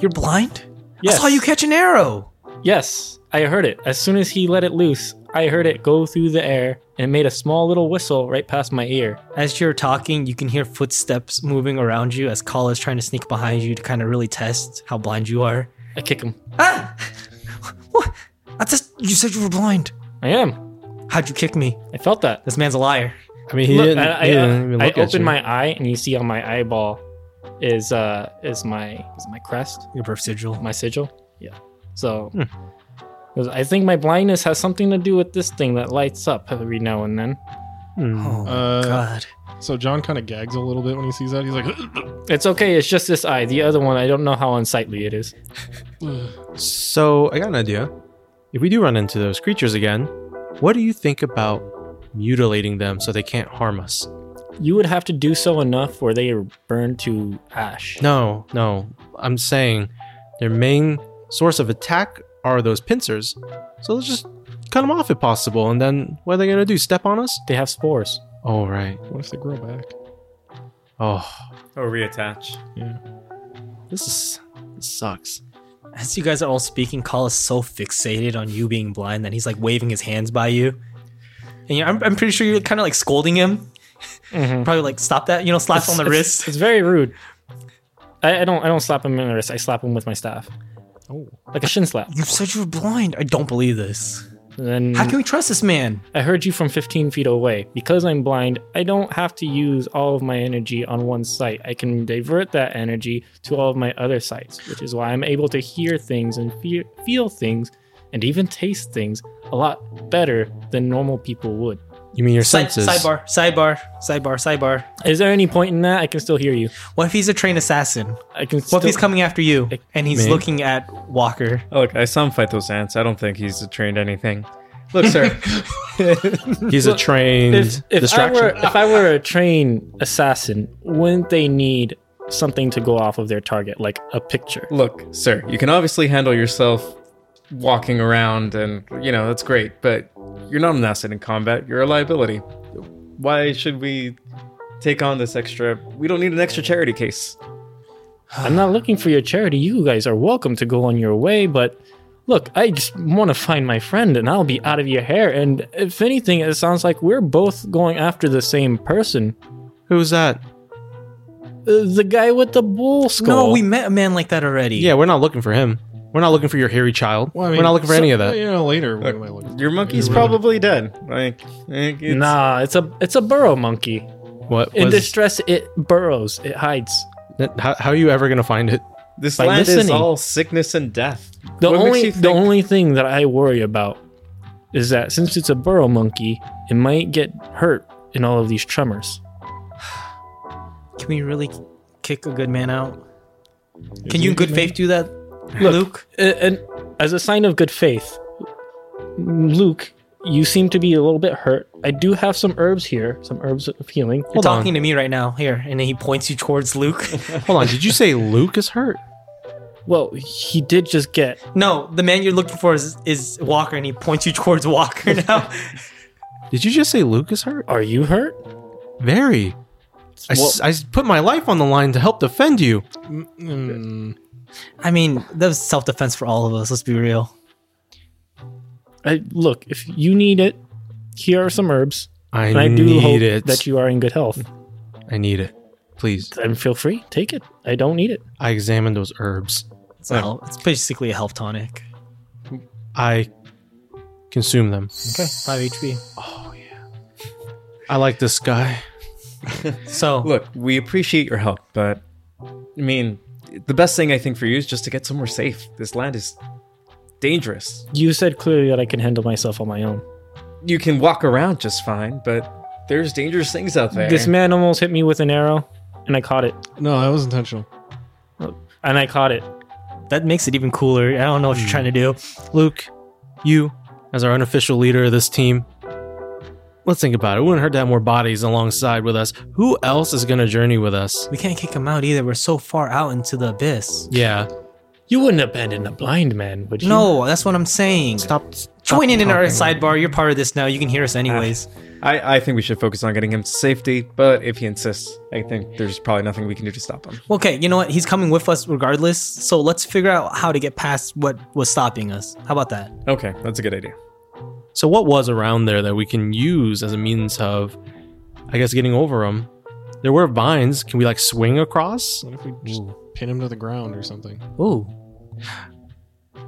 Speaker 1: You're blind?
Speaker 2: Yes.
Speaker 1: I saw you catch an arrow.
Speaker 2: Yes, I heard it. As soon as he let it loose, I heard it go through the air and it made a small little whistle right past my ear.
Speaker 1: As you're talking, you can hear footsteps moving around you as Call is trying to sneak behind you to kind of really test how blind you are.
Speaker 2: I kick him.
Speaker 1: Ah! What? I just, you said you were blind.
Speaker 2: I am.
Speaker 1: How'd you kick me?
Speaker 2: I felt that.
Speaker 1: This man's a liar.
Speaker 5: I mean, he
Speaker 2: Look,
Speaker 5: didn't,
Speaker 2: I, I,
Speaker 5: he
Speaker 2: uh,
Speaker 5: didn't even
Speaker 2: I
Speaker 5: look at
Speaker 2: open
Speaker 5: you.
Speaker 2: my eye and you see on my eyeball is uh is my is my crest,
Speaker 1: Your birth sigil.
Speaker 2: my sigil. Yeah. So 'cause I think my blindness has something to do with this thing that lights up every now and then.
Speaker 5: Hmm.
Speaker 1: Oh,
Speaker 3: Uh,
Speaker 1: God.
Speaker 3: So John kind of gags a little bit when he sees that. He's like,
Speaker 2: It's okay. It's just this eye. The other one, I don't know how unsightly it is.
Speaker 1: mm.
Speaker 2: Oh.
Speaker 5: So I got an idea. If we do run into those creatures again, what do you think about mutilating them so they can't harm us.
Speaker 2: You would have to do so enough where they are burned to ash.
Speaker 5: No, no. I'm saying their main source of attack are those pincers. So let's just cut them off if possible. And then what are they going to do? Step on us?
Speaker 2: They have spores.
Speaker 5: Oh, right.
Speaker 3: What if they grow back?
Speaker 5: Oh,
Speaker 4: Or reattach.
Speaker 5: this is. This sucks.
Speaker 1: As you guys are all speaking, Call is so fixated on you being blind that he's like waving his hands by you. And you I'm, I'm pretty sure you're kind of like scolding him. Probably like stop that, you know, slap on the
Speaker 2: It's,
Speaker 1: wrist.
Speaker 2: it's very rude. I, I don't. I don't slap him in the wrist. I slap him with my staff,
Speaker 3: Oh,
Speaker 2: like a shin slap.
Speaker 1: You said you were blind. I don't believe this.
Speaker 2: And then
Speaker 1: How can we trust this man?
Speaker 2: I heard you from 15 feet away. Because I'm blind, I don't have to use all of my energy on one site. I can divert that energy to all of my other sites, which is why I'm able to hear things and fe- feel things and even taste things a lot better than normal people would.
Speaker 5: You mean your
Speaker 1: Side,
Speaker 5: senses?
Speaker 1: sidebar, sidebar, sidebar, sidebar.
Speaker 2: Is there any point in that? I can still hear you.
Speaker 1: What if he's a trained assassin?
Speaker 2: I can
Speaker 1: What
Speaker 2: still
Speaker 1: if he's coming after you and he's
Speaker 5: Me?
Speaker 1: looking at Walker?
Speaker 4: Oh, look, I saw him fight those ants. I don't think he's trained anything. Look, sir.
Speaker 5: He's a trained
Speaker 2: if, if I
Speaker 5: distraction.
Speaker 2: were if I were a trained assassin, wouldn't they need something to go off of their target, like a picture?
Speaker 4: Look, sir, you can obviously handle yourself walking around and, you know, that's great, but you're not an asset in combat. You're a liability. Why should we take on this extra? We don't need an extra charity case.
Speaker 2: I'm not looking for your charity. You guys are welcome to go on your way, but look, I just want to find my friend and I'll be out of your hair. And if anything, it sounds like we're both going after the same person.
Speaker 5: Who's that?
Speaker 2: Uh, the guy with the bull skull.
Speaker 1: No, we met a man like that already.
Speaker 5: Yeah, we're not looking for him. We're not looking for your hairy child.
Speaker 3: well, I mean,
Speaker 5: we're not looking for
Speaker 3: so-
Speaker 5: any of that.
Speaker 3: You know, later we
Speaker 4: Look,
Speaker 3: might look.
Speaker 4: Your monkey's
Speaker 3: You're right.
Speaker 4: probably dead. Like, like, it's,
Speaker 2: Nah, it's a it's a burrow monkey.
Speaker 5: What?
Speaker 2: In
Speaker 5: Was,
Speaker 2: distress, it burrows. It hides.
Speaker 5: how, how are you ever gonna find it?
Speaker 4: this
Speaker 2: by
Speaker 4: land is
Speaker 2: listening.
Speaker 4: all sickness and death.
Speaker 2: The
Speaker 4: What makes
Speaker 2: only
Speaker 4: you
Speaker 2: the
Speaker 4: think-
Speaker 2: only thing that I worry about is that since it's a burrow monkey, it might get hurt in all of these tremors.
Speaker 1: Can we really kick a good man out? Can you in good faith do that, Luke?
Speaker 2: A- Uh, and as a sign of good faith, Luke, you seem to be a little bit hurt. I do have some herbs here, some herbs of healing.
Speaker 1: You're
Speaker 5: on.
Speaker 1: talking to me right now. Here. And then he points you towards Luke.
Speaker 5: Hold on. Did you say Luke is hurt?
Speaker 2: Well, he did just get.
Speaker 1: no, the man you're looking for is, is Walker, and he points you towards Walker now.
Speaker 5: Did you just say Luke is hurt?
Speaker 2: Are you hurt?
Speaker 5: Very. I, s- I s- put my life on the line to help defend you.
Speaker 3: Mm,
Speaker 1: I mean, that was self defense for all of us, let's be real.
Speaker 2: I, look, if you need it, here are some herbs.
Speaker 5: I,
Speaker 2: And I, do
Speaker 5: need
Speaker 2: hope
Speaker 5: it.
Speaker 2: that you are in good health.
Speaker 5: I need it. Please.
Speaker 2: Then feel free, take it. I don't need it.
Speaker 5: I examined those herbs.
Speaker 1: It's, a hel- it's basically a health tonic.
Speaker 5: I consume them.
Speaker 1: Okay, 5 HP.
Speaker 5: I like this guy.
Speaker 1: So,
Speaker 4: Look, we appreciate your help, but I mean, the best thing I think for you is just to get somewhere safe. This land is dangerous.
Speaker 2: You said clearly that I can handle myself on my own.
Speaker 4: You can walk around just fine, but there's dangerous things out there.
Speaker 2: This man almost hit me with an arrow, and I caught it.
Speaker 3: no, that was intentional.
Speaker 2: And I caught it.
Speaker 1: that makes it even cooler. I don't know what you're trying to do.
Speaker 5: Luke, you, as our unofficial leader of this team, let's think about it. It wouldn't hurt to have more bodies alongside with us. Who else is going to journey with us?
Speaker 1: We can't kick him out either. We're so far out into the abyss.
Speaker 5: Yeah.
Speaker 2: You wouldn't abandon a blind man, would you?
Speaker 1: No, that's what I'm saying.
Speaker 5: Stop. Ah.
Speaker 1: Join in in our sidebar. You're part of this now. You can hear us anyways.
Speaker 4: I, I think we should focus on getting him to safety, but if he insists, I think there's probably nothing we can do to stop him.
Speaker 1: Okay, you know what? He's coming with us regardless. So let's figure out how to get past what was stopping us. How about that?
Speaker 4: Okay, that's a good idea.
Speaker 5: So, what was around there that we can use as a means of, I guess, getting over them? There were vines. Can we like swing across?
Speaker 3: What if we just pin him to the ground or something?
Speaker 1: Ooh.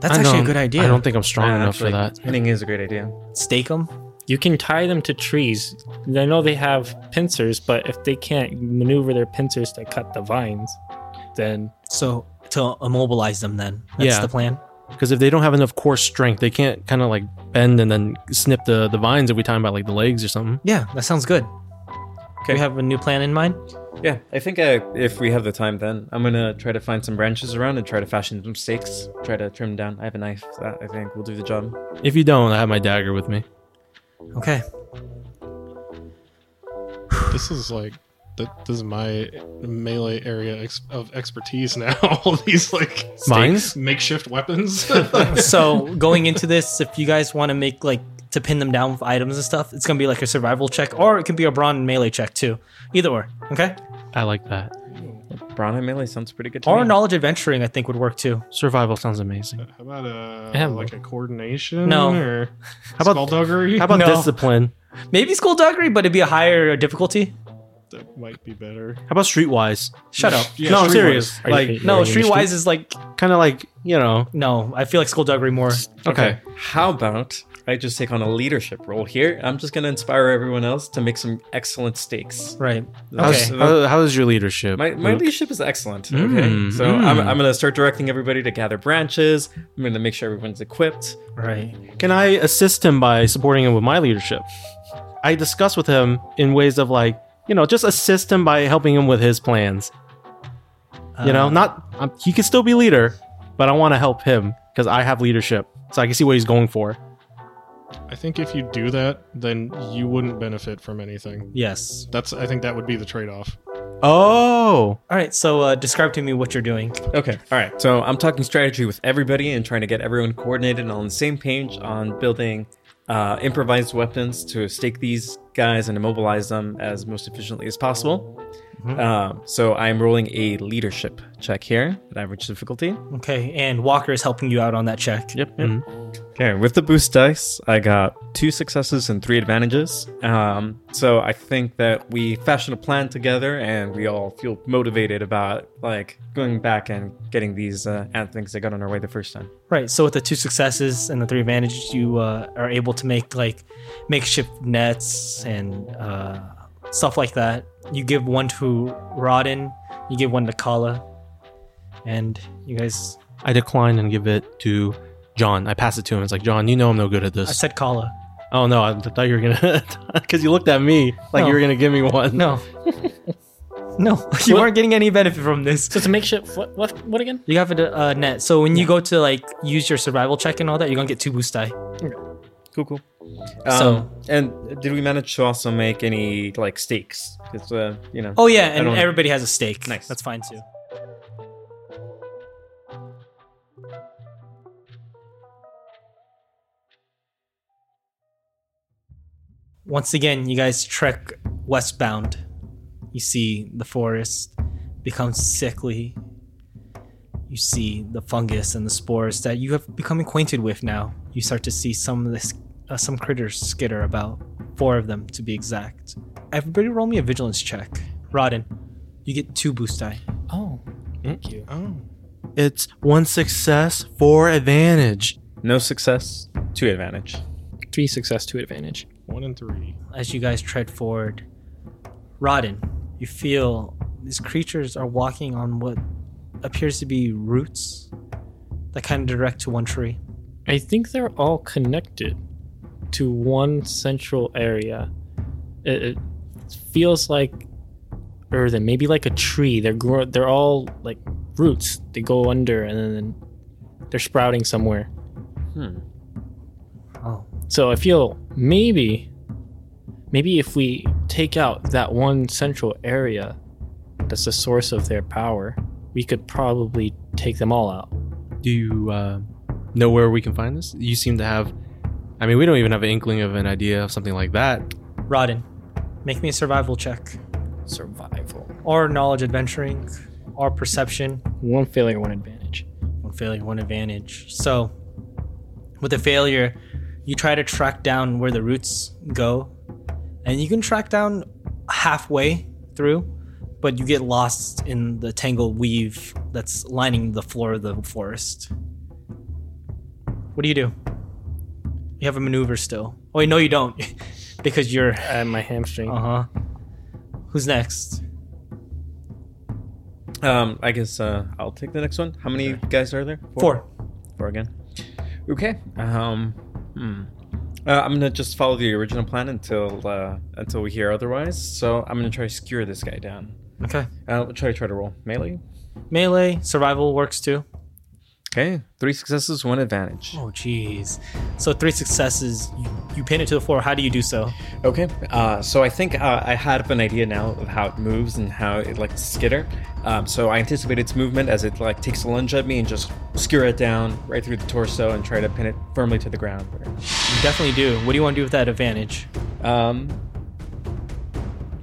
Speaker 1: That's
Speaker 5: I
Speaker 1: actually a
Speaker 5: don't-
Speaker 1: good idea.
Speaker 5: I don't think I'm strong
Speaker 4: Ah,
Speaker 5: enough for
Speaker 4: actually,
Speaker 5: that.
Speaker 4: Spinning is a great idea.
Speaker 1: Stake him?
Speaker 2: You can tie them to trees. I know they have pincers, but if they can't maneuver their pincers to cut the vines, then
Speaker 1: So to immobilize them then. That's
Speaker 5: Yeah.
Speaker 1: the plan.
Speaker 5: Because if they don't have enough core strength, they can't kind of like bend and then snip the, the vines every time by like the legs or something.
Speaker 1: Yeah, that sounds good.
Speaker 4: Okay.
Speaker 1: We have a new plan in mind?
Speaker 4: Yeah, I think uh if we have the time, then I'm gonna try to find some branches around and try to fashion some stakes. Try to trim down. I have a knife that I think will do the job.
Speaker 5: If you don't, I have my dagger with me.
Speaker 1: Okay.
Speaker 3: this is like th- this is my melee area ex- of expertise now. All these like
Speaker 5: Mines?
Speaker 3: makeshift weapons.
Speaker 1: so going into this, if you guys want to make like to pin them down with items and stuff, it's gonna be like a survival check, or it can be a brawn and melee check too. Either or, okay?
Speaker 5: I like that.
Speaker 4: Brana melee sounds pretty good. To
Speaker 1: Or
Speaker 4: me.
Speaker 1: knowledge adventuring, I think would work too.
Speaker 5: Survival sounds amazing.
Speaker 3: How about uh,
Speaker 2: Yeah.
Speaker 3: like a coordination?
Speaker 1: No.
Speaker 3: Or
Speaker 5: How about-
Speaker 3: skullduggery?
Speaker 5: How about
Speaker 1: No.
Speaker 5: discipline?
Speaker 1: Maybe skullduggery, but it'd be a higher difficulty.
Speaker 3: that might be better.
Speaker 5: How about streetwise?
Speaker 1: Shut up.
Speaker 3: Yeah,
Speaker 5: no, I'm
Speaker 3: streetwise.
Speaker 5: serious.
Speaker 2: Are you-
Speaker 5: like,
Speaker 2: are you
Speaker 1: No,
Speaker 2: in the street?
Speaker 1: streetwise is like
Speaker 5: kind of like you know.
Speaker 1: no. I feel like skullduggery more.
Speaker 5: Okay.
Speaker 4: How about I just take on a leadership role here? I'm just gonna inspire everyone else to make some excellent stakes.
Speaker 1: Right.
Speaker 5: How's,
Speaker 1: Okay.
Speaker 5: how, how is your leadership?
Speaker 4: My, my
Speaker 5: Luke?
Speaker 4: leadership is excellent. Okay,
Speaker 5: Mm,
Speaker 4: so I'm, I'm gonna start directing everybody to gather branches. I'm gonna make sure everyone's equipped.
Speaker 1: Right.
Speaker 5: Can I assist him by supporting him with my leadership? I discuss with him in ways of like, you know, just assist him by helping him with his plans. you know,
Speaker 1: Uh,
Speaker 5: not um, he can still be leader, but I want to help him because I have leadership, so I can see what he's going for.
Speaker 3: I think if you do that, then you wouldn't benefit from anything.
Speaker 1: Yes.
Speaker 3: That's I think that would be the trade-off.
Speaker 5: Oh,
Speaker 1: All right. So uh, describe to me what you're doing.
Speaker 4: Okay, all right. So I'm talking strategy with everybody and trying to get everyone coordinated and on the same page on building uh, improvised weapons to stake these guys and immobilize them as most efficiently as possible.
Speaker 5: Mm-hmm.
Speaker 4: Um, so I'm rolling a leadership check here at average difficulty.
Speaker 1: Okay. And Walker is helping you out on that check.
Speaker 4: Yep. yep. Okay, with the boost dice, I got two successes and three advantages. Um, so I think that we fashion a plan together, and we all feel motivated about like going back and getting these uh, things that got on our way the first time.
Speaker 1: Right. So with the two successes and the three advantages, you uh, are able to make like makeshift nets and uh, stuff like that. You give one to Rodin, you give one to Kala, and you guys.
Speaker 5: I decline and give it to John. I pass it to him. It's like John, you know I'm no good at
Speaker 1: I
Speaker 5: this.
Speaker 1: said Kala.
Speaker 5: oh no, I thought you were gonna because you looked at me like
Speaker 1: No.
Speaker 5: you were gonna give me one.
Speaker 1: No. no, you aren't getting any benefit from this.
Speaker 2: So it's a makeshift. What? What, what again?
Speaker 1: You have a uh, net. So when you go to like use your survival check and all that, you're gonna get two boost die.
Speaker 4: Cool, cool.
Speaker 1: So-
Speaker 4: so, and did we manage to also make any like stakes? Because uh, you know.
Speaker 1: Oh yeah, and
Speaker 4: don't-
Speaker 1: everybody has a stake.
Speaker 4: Nice.
Speaker 1: That's fine too. Once again, you guys trek westbound. You see the forest becomes sickly. You see the fungus and the spores that you have become acquainted with now. You start to see some of this, uh, some critters skitter about, four of them to be exact. Everybody, roll me a vigilance check. Rodden, you get two boost die.
Speaker 2: Oh, thank you.
Speaker 3: Oh.
Speaker 5: It's one success, four advantage.
Speaker 4: No success, two advantage.
Speaker 2: Three success, two advantage.
Speaker 3: One and three.
Speaker 1: as you guys tread forward. Rodden, you feel these creatures are walking on what appears to be roots that kind of direct to one tree.
Speaker 2: I think they're all connected to one central area. It, it feels like earthen, maybe like a tree. They're grow- they're all like roots. They go under and then they're sprouting somewhere.
Speaker 4: Hmm.
Speaker 1: Oh,
Speaker 2: So I feel maybe, maybe if we take out that one central area, that's the source of their power, we could probably take them all out.
Speaker 5: Do you uh, know where we can find this? You seem to have. I mean, we don't even have an inkling of an idea of something like that.
Speaker 1: Rodden, make me a survival check,
Speaker 2: Survival.
Speaker 1: or knowledge adventuring, or perception.
Speaker 2: One failure, one advantage.
Speaker 1: One failure, one advantage. So, with a failure, you try to track down where the roots go, and you can track down halfway through, but you get lost in the tangled weave that's lining the floor of the forest. What do you do? You have a maneuver still. Oh, wait, no, you don't, because you're.
Speaker 2: Uh, my hamstring.
Speaker 1: Uh huh. Who's next?
Speaker 4: Um, I guess uh, I'll take the next one. How many guys are there?
Speaker 1: Four.
Speaker 4: Four again. Okay. Um, hmm. Uh, I'm gonna just follow the original plan until uh, until we hear otherwise. So I'm gonna try to skewer this guy down. Uh,
Speaker 1: Okay.
Speaker 4: I'll try try to roll melee.
Speaker 1: Melee survival works too.
Speaker 4: Okay, three successes, one advantage.
Speaker 1: Oh, jeez. So three successes. You, you pin it to the floor. How do you do so?
Speaker 4: Okay, uh, so I think uh, I have an idea now of how it moves and how it like skitter. Um, so I anticipate its movement as it like takes a lunge at me and just skewer it down right through the torso and try to pin it firmly to the ground.
Speaker 1: You definitely do. What do you want to do with that advantage?
Speaker 4: Um,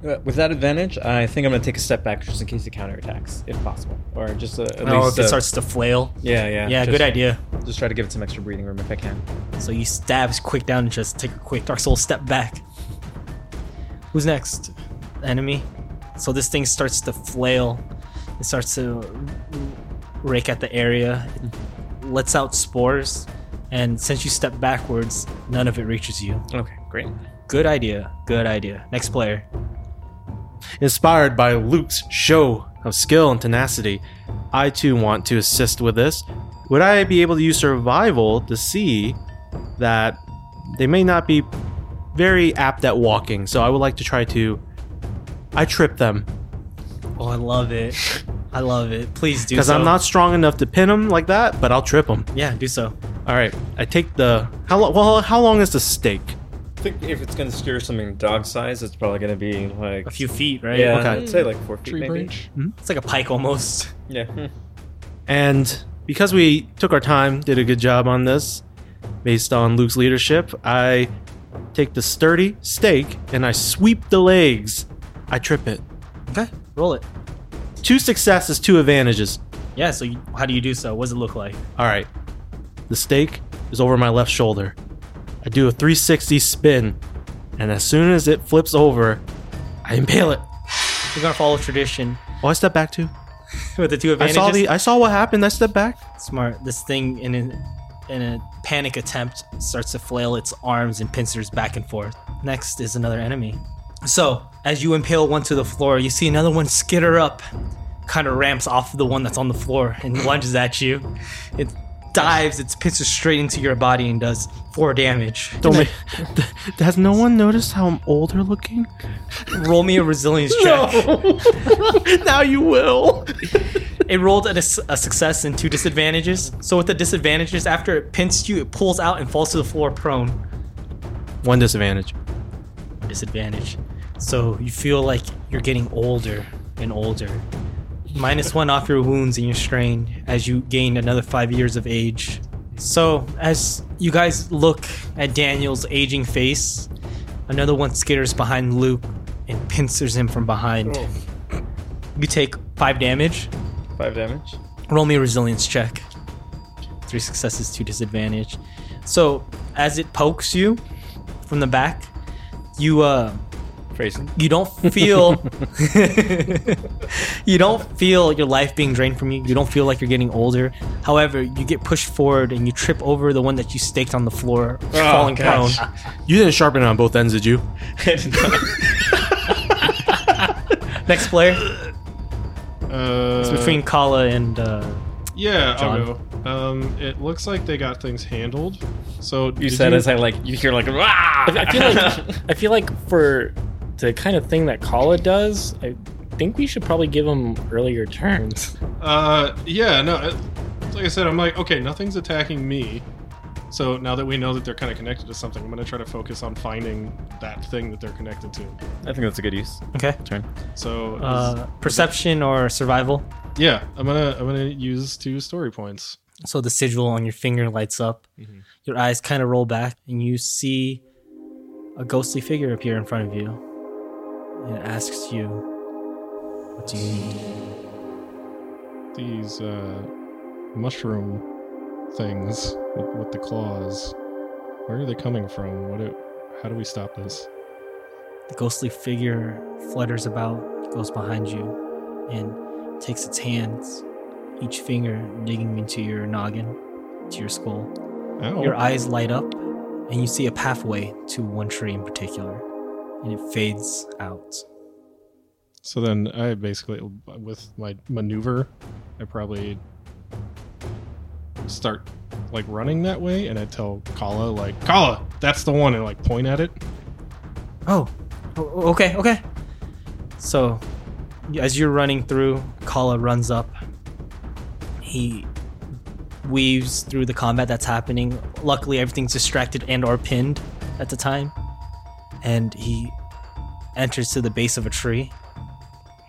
Speaker 4: uh, with that advantage, I think I'm gonna take a step back just in case it counterattacks, if possible, or just uh, at
Speaker 1: Oh,
Speaker 4: least
Speaker 1: if it
Speaker 4: uh,
Speaker 1: starts to flail.
Speaker 4: Yeah, yeah.
Speaker 1: Yeah,
Speaker 4: just-
Speaker 1: good idea.
Speaker 4: Just try to give it some extra breathing room if I can.
Speaker 1: So you stabs quick down and just take a quick Dark Soul step back. Who's next? Enemy. So this thing starts to flail. It starts to rake at the area. It lets out spores. And since you step backwards, none of it reaches you.
Speaker 4: Okay, great.
Speaker 1: Good idea. Good idea. Next player.
Speaker 5: Inspired by Luke's show of skill and tenacity, I too want to assist with this. Would I be able to use survival to see that they may not be very apt at walking? So I would like to try to. I trip them
Speaker 1: Oh, I love it. I love it. Please do
Speaker 5: because
Speaker 1: so.
Speaker 5: I'm not strong enough to pin them like that, but I'll trip them.
Speaker 1: Yeah, do so.
Speaker 5: All right, I take the how long? Well, how long is the stake?
Speaker 4: I think if it's gonna skewer something dog size, it's probably gonna be like
Speaker 1: A few feet, right?
Speaker 4: Yeah,
Speaker 5: Okay.
Speaker 4: I'd say like four feet
Speaker 3: Tree
Speaker 4: maybe.
Speaker 3: branch.
Speaker 5: Mm-hmm.
Speaker 1: It's like a pike almost.
Speaker 4: Yeah. hmm.
Speaker 5: And because we took our time, did a good job on this, based on Luke's leadership, I take the sturdy stake and I sweep the legs. I trip it.
Speaker 1: Okay. Roll it.
Speaker 5: Two successes, two advantages.
Speaker 1: Yeah, so you, how do you do so? What does it look like?
Speaker 5: All right. The stake is over my left shoulder. I do a 360 spin, and as soon as it flips over, I impale it.
Speaker 1: We're gonna follow tradition
Speaker 5: Oh, I step back too.
Speaker 1: with the two
Speaker 5: I
Speaker 1: advantages.
Speaker 5: saw the. I saw what happened. I stepped back.
Speaker 1: Smart. This thing in a, in a panic attempt starts to flail its arms and pincers back and forth. Next is another enemy. So as you impale one to the floor, you see another one skitter up, kind of ramps off the one that's on the floor and lunges at you. It dives its pincers straight into your body and does four damage.
Speaker 5: Don't make. Has no one noticed how I'm older looking?
Speaker 1: Roll me a resilience check.
Speaker 5: now you will.
Speaker 1: It rolled a, dis- a success and two disadvantages. So with the disadvantages, after it pins you, it pulls out and falls to the floor prone.
Speaker 5: One disadvantage.
Speaker 1: Disadvantage. So you feel like you're getting older and older. Minus one off your wounds and your strain as you gain another five years of age. So as you guys look at Daniel's aging face, another one skitters behind Luke and pincers him from behind. You take five damage.
Speaker 4: Five damage.
Speaker 1: Roll me a resilience check. Three successes, two disadvantage. So as it pokes you from the back, you uh
Speaker 4: Phrasing.
Speaker 1: you don't feel you don't feel your life being drained from you. You don't feel like you're getting older. However, you get pushed forward and you trip over the one that you staked on the floor, falling
Speaker 4: gosh.
Speaker 1: prone.
Speaker 5: You didn't sharpen it on both ends, did you?
Speaker 1: Next player,
Speaker 3: Uh,
Speaker 1: it's between Kala and uh,
Speaker 3: Yeah, I'll
Speaker 1: John.
Speaker 3: go. Um, it looks like they got things handled. So
Speaker 4: You said as I like you hear like Rah!
Speaker 2: I feel like I feel like for the kind of thing that Kala does, I think we should probably give him earlier turns.
Speaker 3: Uh, yeah, no. it- Like I said, I'm like, okay, nothing's attacking me. So now that we know that they're kind of connected to something, I'm gonna try to focus on finding that thing that they're connected to.
Speaker 4: I think that's a good use.
Speaker 1: okay,
Speaker 4: Turn.
Speaker 3: So is-
Speaker 1: uh, perception or survival.
Speaker 3: yeah, I'm gonna I'm gonna use two story points.
Speaker 1: So the sigil on your finger lights up. Your eyes kind of roll back, and you see a ghostly figure appear in front of you. And it asks you, What do you need?
Speaker 3: These uh, mushroom things with, with the claws. Where are they coming from? What? Do, how do we stop this?
Speaker 1: The ghostly figure flutters about, goes behind you, and takes its hands, each finger digging into your noggin, to your skull.
Speaker 3: Ow.
Speaker 1: Your eyes light up, and you see a pathway to one tree in particular, and it fades out.
Speaker 3: So then I basically, with my maneuver, I probably start like running that way, and I tell Kala like, "Kala, that's the one," and like point at it.
Speaker 1: Oh, o- o- okay, okay. So, as you're running through, Kala runs up. He weaves through the combat that's happening. Luckily, everything's distracted and or pinned at the time. And he enters to the base of a tree.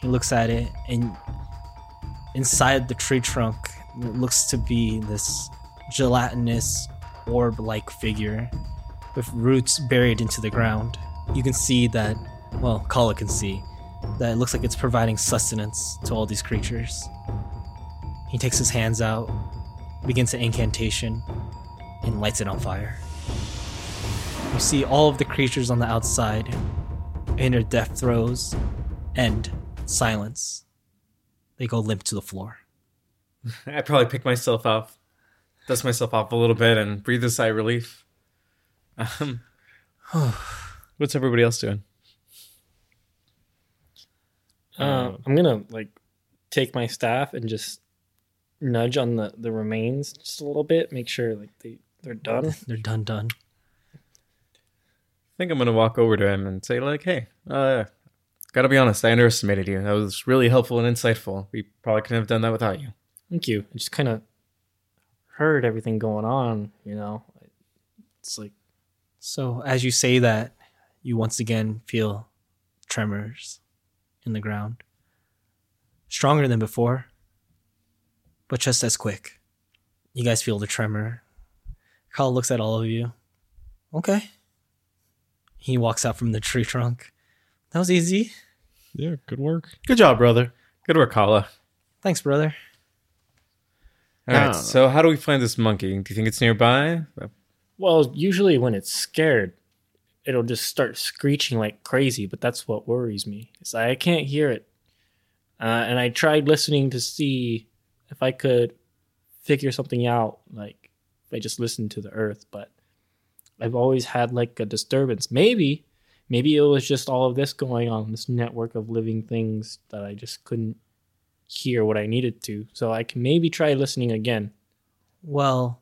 Speaker 1: He looks at it, and inside the tree trunk it looks to be this gelatinous orb-like figure with roots buried into the ground. You can see that, well, Kala can see that it looks like it's providing sustenance to all these creatures. He takes his hands out, begins an incantation, and lights it on fire. You see all of the creatures on the outside in their death throes and silence. They go limp to the floor.
Speaker 4: I probably pick myself up, dust myself off a little bit, and breathe a sigh of relief. Um, what's everybody else doing?
Speaker 2: Uh, I'm gonna like take my staff and just nudge on the the remains just a little bit, make sure like they they're done.
Speaker 1: They're done, done.
Speaker 4: I think I'm gonna walk over to him and say like, "Hey, uh, gotta be honest, I underestimated you. That was really helpful and insightful. We probably couldn't have done that without you."
Speaker 2: Thank you. I just kind of heard everything going on. You know, it's like
Speaker 1: So as you say that, you once again feel tremors in the ground. Stronger than before, but just as quick. You guys feel the tremor. Kyle looks at all of you. Okay. He walks out from the tree trunk. That was easy.
Speaker 3: Yeah, good work.
Speaker 5: Good job, brother.
Speaker 4: Good work, Kala.
Speaker 1: Thanks, brother.
Speaker 4: All right.
Speaker 5: No.
Speaker 4: So, how do we find this monkey? Do you think it's nearby?
Speaker 2: Well, usually when it's scared, it'll just start screeching like crazy, but that's what worries me. Is I can't hear it. Uh, and I tried listening to see if I could figure something out, like if I just listened to the earth, but I've always had like a disturbance. Maybe, maybe it was just all of this going on, this network of living things that I just couldn't hear what I needed to. So I can maybe try listening again.
Speaker 1: Well,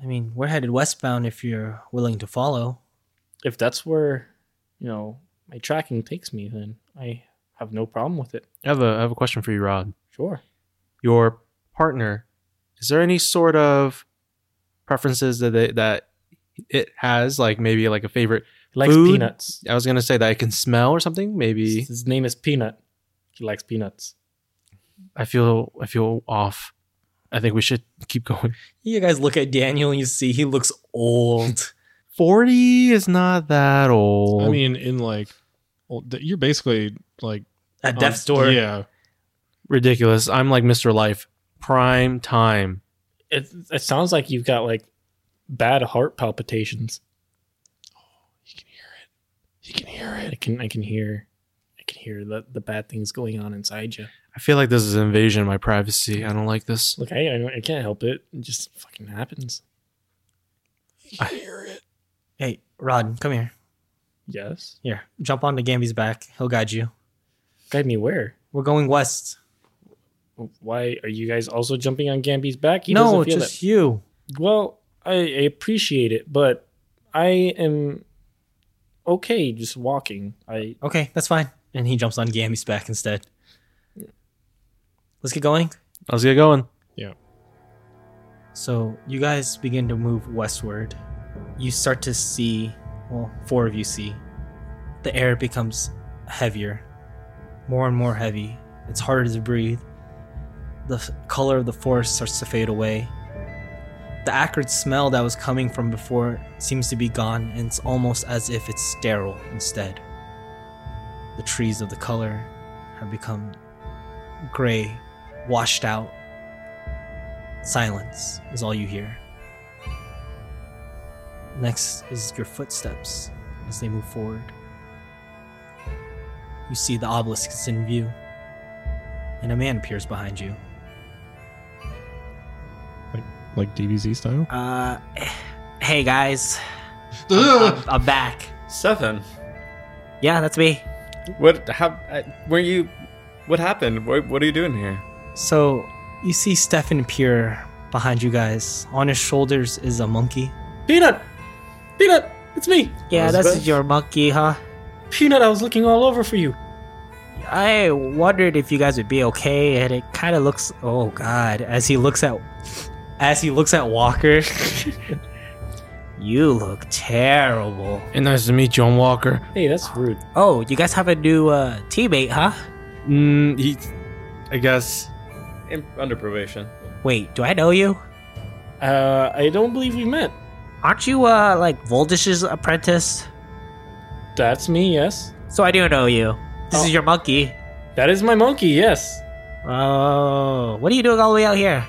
Speaker 1: I mean, we're headed westbound if you're willing to follow.
Speaker 2: if that's where you know my tracking takes me then i have no problem with it
Speaker 5: I have a I have a question for you, Rod.
Speaker 2: sure
Speaker 5: Your partner, is there any sort of preferences that they, that it has? Like maybe like a favorite.
Speaker 2: he likes
Speaker 5: Food?
Speaker 2: peanuts
Speaker 5: I was gonna say that I can smell or something. Maybe
Speaker 2: his name is peanut he likes peanuts
Speaker 5: I feel I feel off. I think we should keep going.
Speaker 1: You guys look at Daniel and you see he looks old.
Speaker 5: Forty is not that old.
Speaker 3: I mean, in like, well, th- you're basically like
Speaker 1: at
Speaker 3: on-
Speaker 1: death's door.
Speaker 3: Yeah,
Speaker 5: ridiculous. I'm like Mr. Life, prime time.
Speaker 2: it, it sounds like you've got like bad heart palpitations
Speaker 3: Oh, he can hear it. He can hear
Speaker 2: i
Speaker 3: it.
Speaker 2: can i can hear i can hear the, the bad things going on inside you
Speaker 5: I feel like this is an invasion of my privacy. I don't like this.
Speaker 2: look I, I i can't help it it just fucking happens
Speaker 3: He can hear it.
Speaker 1: Hey, Rod, come here.
Speaker 2: yes
Speaker 1: Here, jump onto Gamby's back. He'll guide you.
Speaker 2: guide me where
Speaker 1: We're going west.
Speaker 2: why are you guys also jumping on gambi's back he
Speaker 1: no,
Speaker 2: doesn't feel it.
Speaker 1: just you.
Speaker 2: Well, I, I appreciate it, but I am okay just walking. I
Speaker 1: Okay, that's fine. And he jumps on Gamby's back instead. Let's get going.
Speaker 5: Let's get going.
Speaker 1: So you guys begin to move westward. You start to see, well, four of you see, the air becomes heavier, more and more heavy. It's harder to breathe. The f- color of the forest starts to fade away. The acrid smell that was coming from before seems to be gone, and it's almost as if it's sterile instead. The trees of the color have become gray, washed out, Silence is all you hear. Next is your footsteps as they move forward. You see the obelisk is in view, and a man appears behind you.
Speaker 3: Like DBZ style.
Speaker 1: Uh, hey guys, I'm back.
Speaker 4: Stefan,
Speaker 1: Yeah, that's me.
Speaker 4: what? How? I- Were you? What happened? What, what are you doing here?
Speaker 1: So you see Stefan appear behind you guys. On his shoulders is a monkey.
Speaker 2: Peanut, Peanut, it's me,
Speaker 1: Yeah,
Speaker 4: Elizabeth?
Speaker 1: that's your monkey, huh?
Speaker 2: Peanut. I was looking all over for you.
Speaker 1: I wondered if you guys would be okay, and it kind of looks. Oh God! As he looks at as he looks at Walker. you look terrible.
Speaker 5: And nice to meet John Walker.
Speaker 2: Hey, that's rude.
Speaker 1: Oh, you guys have a new uh, teammate, huh?
Speaker 5: Mm, he, I guess.
Speaker 4: In, under probation.
Speaker 1: Wait, do I know you?
Speaker 2: Uh, I don't believe we met.
Speaker 1: Aren't you uh like Voldish's apprentice?
Speaker 2: That's me, yes.
Speaker 1: So I do know you. This
Speaker 2: Oh.
Speaker 1: is your monkey.
Speaker 2: That is my monkey, yes.
Speaker 1: Oh, what are you doing all the way out here?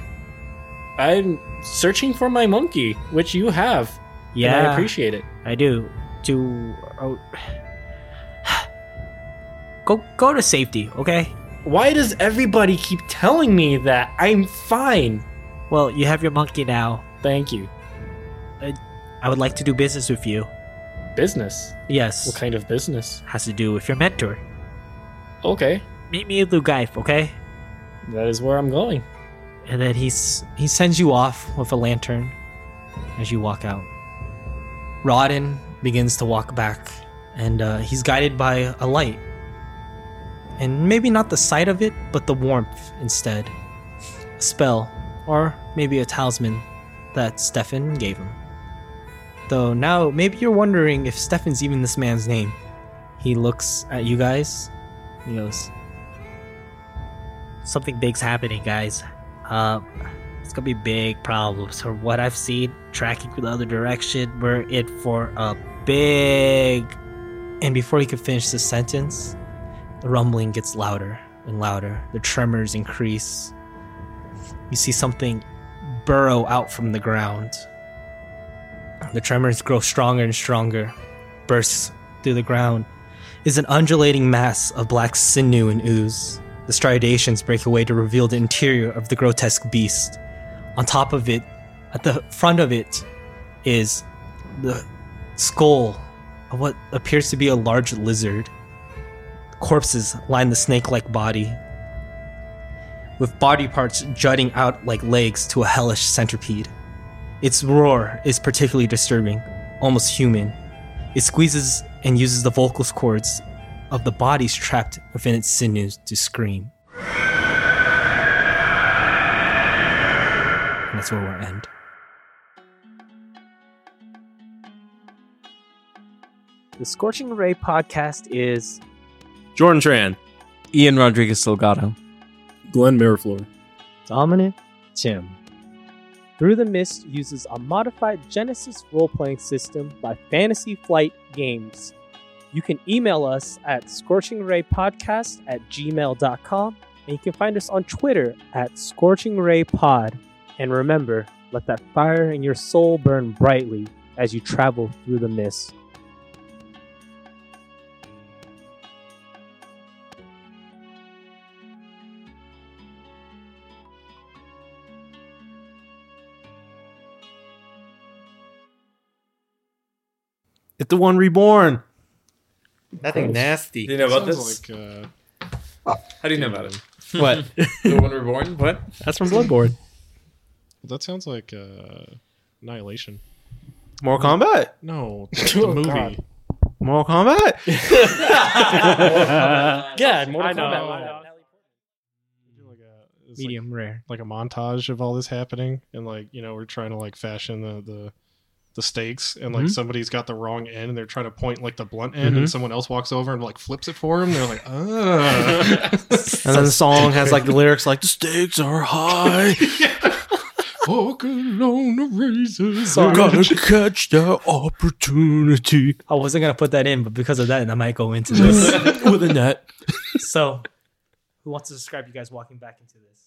Speaker 2: I'm searching for my monkey, which you have.
Speaker 1: Yeah,
Speaker 2: And I appreciate it.
Speaker 1: I do. Do oh, go go to safety, okay?
Speaker 2: Why does everybody keep telling me that I'm fine?
Speaker 1: Well, you have your monkey now.
Speaker 2: Thank you.
Speaker 1: I would like to do business with you.
Speaker 2: Business?
Speaker 1: Yes,
Speaker 2: What kind of business?
Speaker 1: has to do with your mentor.
Speaker 2: Okay,
Speaker 1: Meet me at Lugaif, okay?
Speaker 2: that is where I'm going.
Speaker 1: And then he's he sends you off with a lantern as you walk out. Rodden begins to walk back, and uh, he's guided by a light. And maybe not the sight of it, but the warmth instead. A spell, or maybe a talisman that Stefan gave him. Though now maybe you're wondering if Stefan's even this man's name. He looks at you guys. He goes, Something big's happening, guys. Uh, it's gonna be big problems. From what I've seen, tracking the other direction, we're in for a big. And before he could finish the sentence, the rumbling gets louder and louder. The tremors increase. You see something burrow out from the ground. The tremors grow stronger and stronger, bursts through the ground. Is an undulating mass of black sinew and ooze. The striations break away to reveal the interior of the grotesque beast. On top of it, at the front of it, is the skull of what appears to be a large lizard. Corpses line the snake like body, with body parts jutting out like legs to a hellish centipede. Its roar is particularly disturbing, almost human. It squeezes and uses the vocal cords of the bodies trapped within its sinews to scream. And that's where we'll end. The Scorching Ray podcast is
Speaker 5: Jordan Tran.
Speaker 4: Ian Rodriguez Delgado.
Speaker 2: Glenn Miraflor.
Speaker 1: Dominant Tim. Through the Mist uses a modified Genesis role playing system by Fantasy Flight Games. You can email us at scorchingraypodcast at gmail.com and you can find us on Twitter at scorchingraypod. And remember, let that fire in your soul burn brightly as you travel through the mist.
Speaker 5: It's the one reborn.
Speaker 6: Nothing nasty.
Speaker 4: Do you know about
Speaker 3: Sounds
Speaker 4: this?
Speaker 3: Like, uh,
Speaker 4: How do you know about it?
Speaker 5: What?
Speaker 4: the one reborn? What?
Speaker 5: That's from Bloodborne.
Speaker 3: that sounds like uh, Annihilation.
Speaker 5: Mortal Kombat.
Speaker 3: No, the movie.
Speaker 5: Mortal Kombat.
Speaker 2: Yeah, Mortal
Speaker 3: know.
Speaker 2: Kombat.
Speaker 3: Like a- it's like-
Speaker 1: Medium rare.
Speaker 3: like a montage of all this happening and like you know we're trying to like fashion the the, the stakes and like somebody's got the wrong end and they're trying to point like the blunt end and someone else walks over and like flips it for them they're like ah
Speaker 5: And then the song has like the lyrics like the stakes are high.
Speaker 3: walking on the razor
Speaker 5: Gotta catch the opportunity
Speaker 1: I wasn't going to put that in, but because of that, I might go into this.
Speaker 5: with a net.
Speaker 1: so, who wants to describe you guys walking back into this?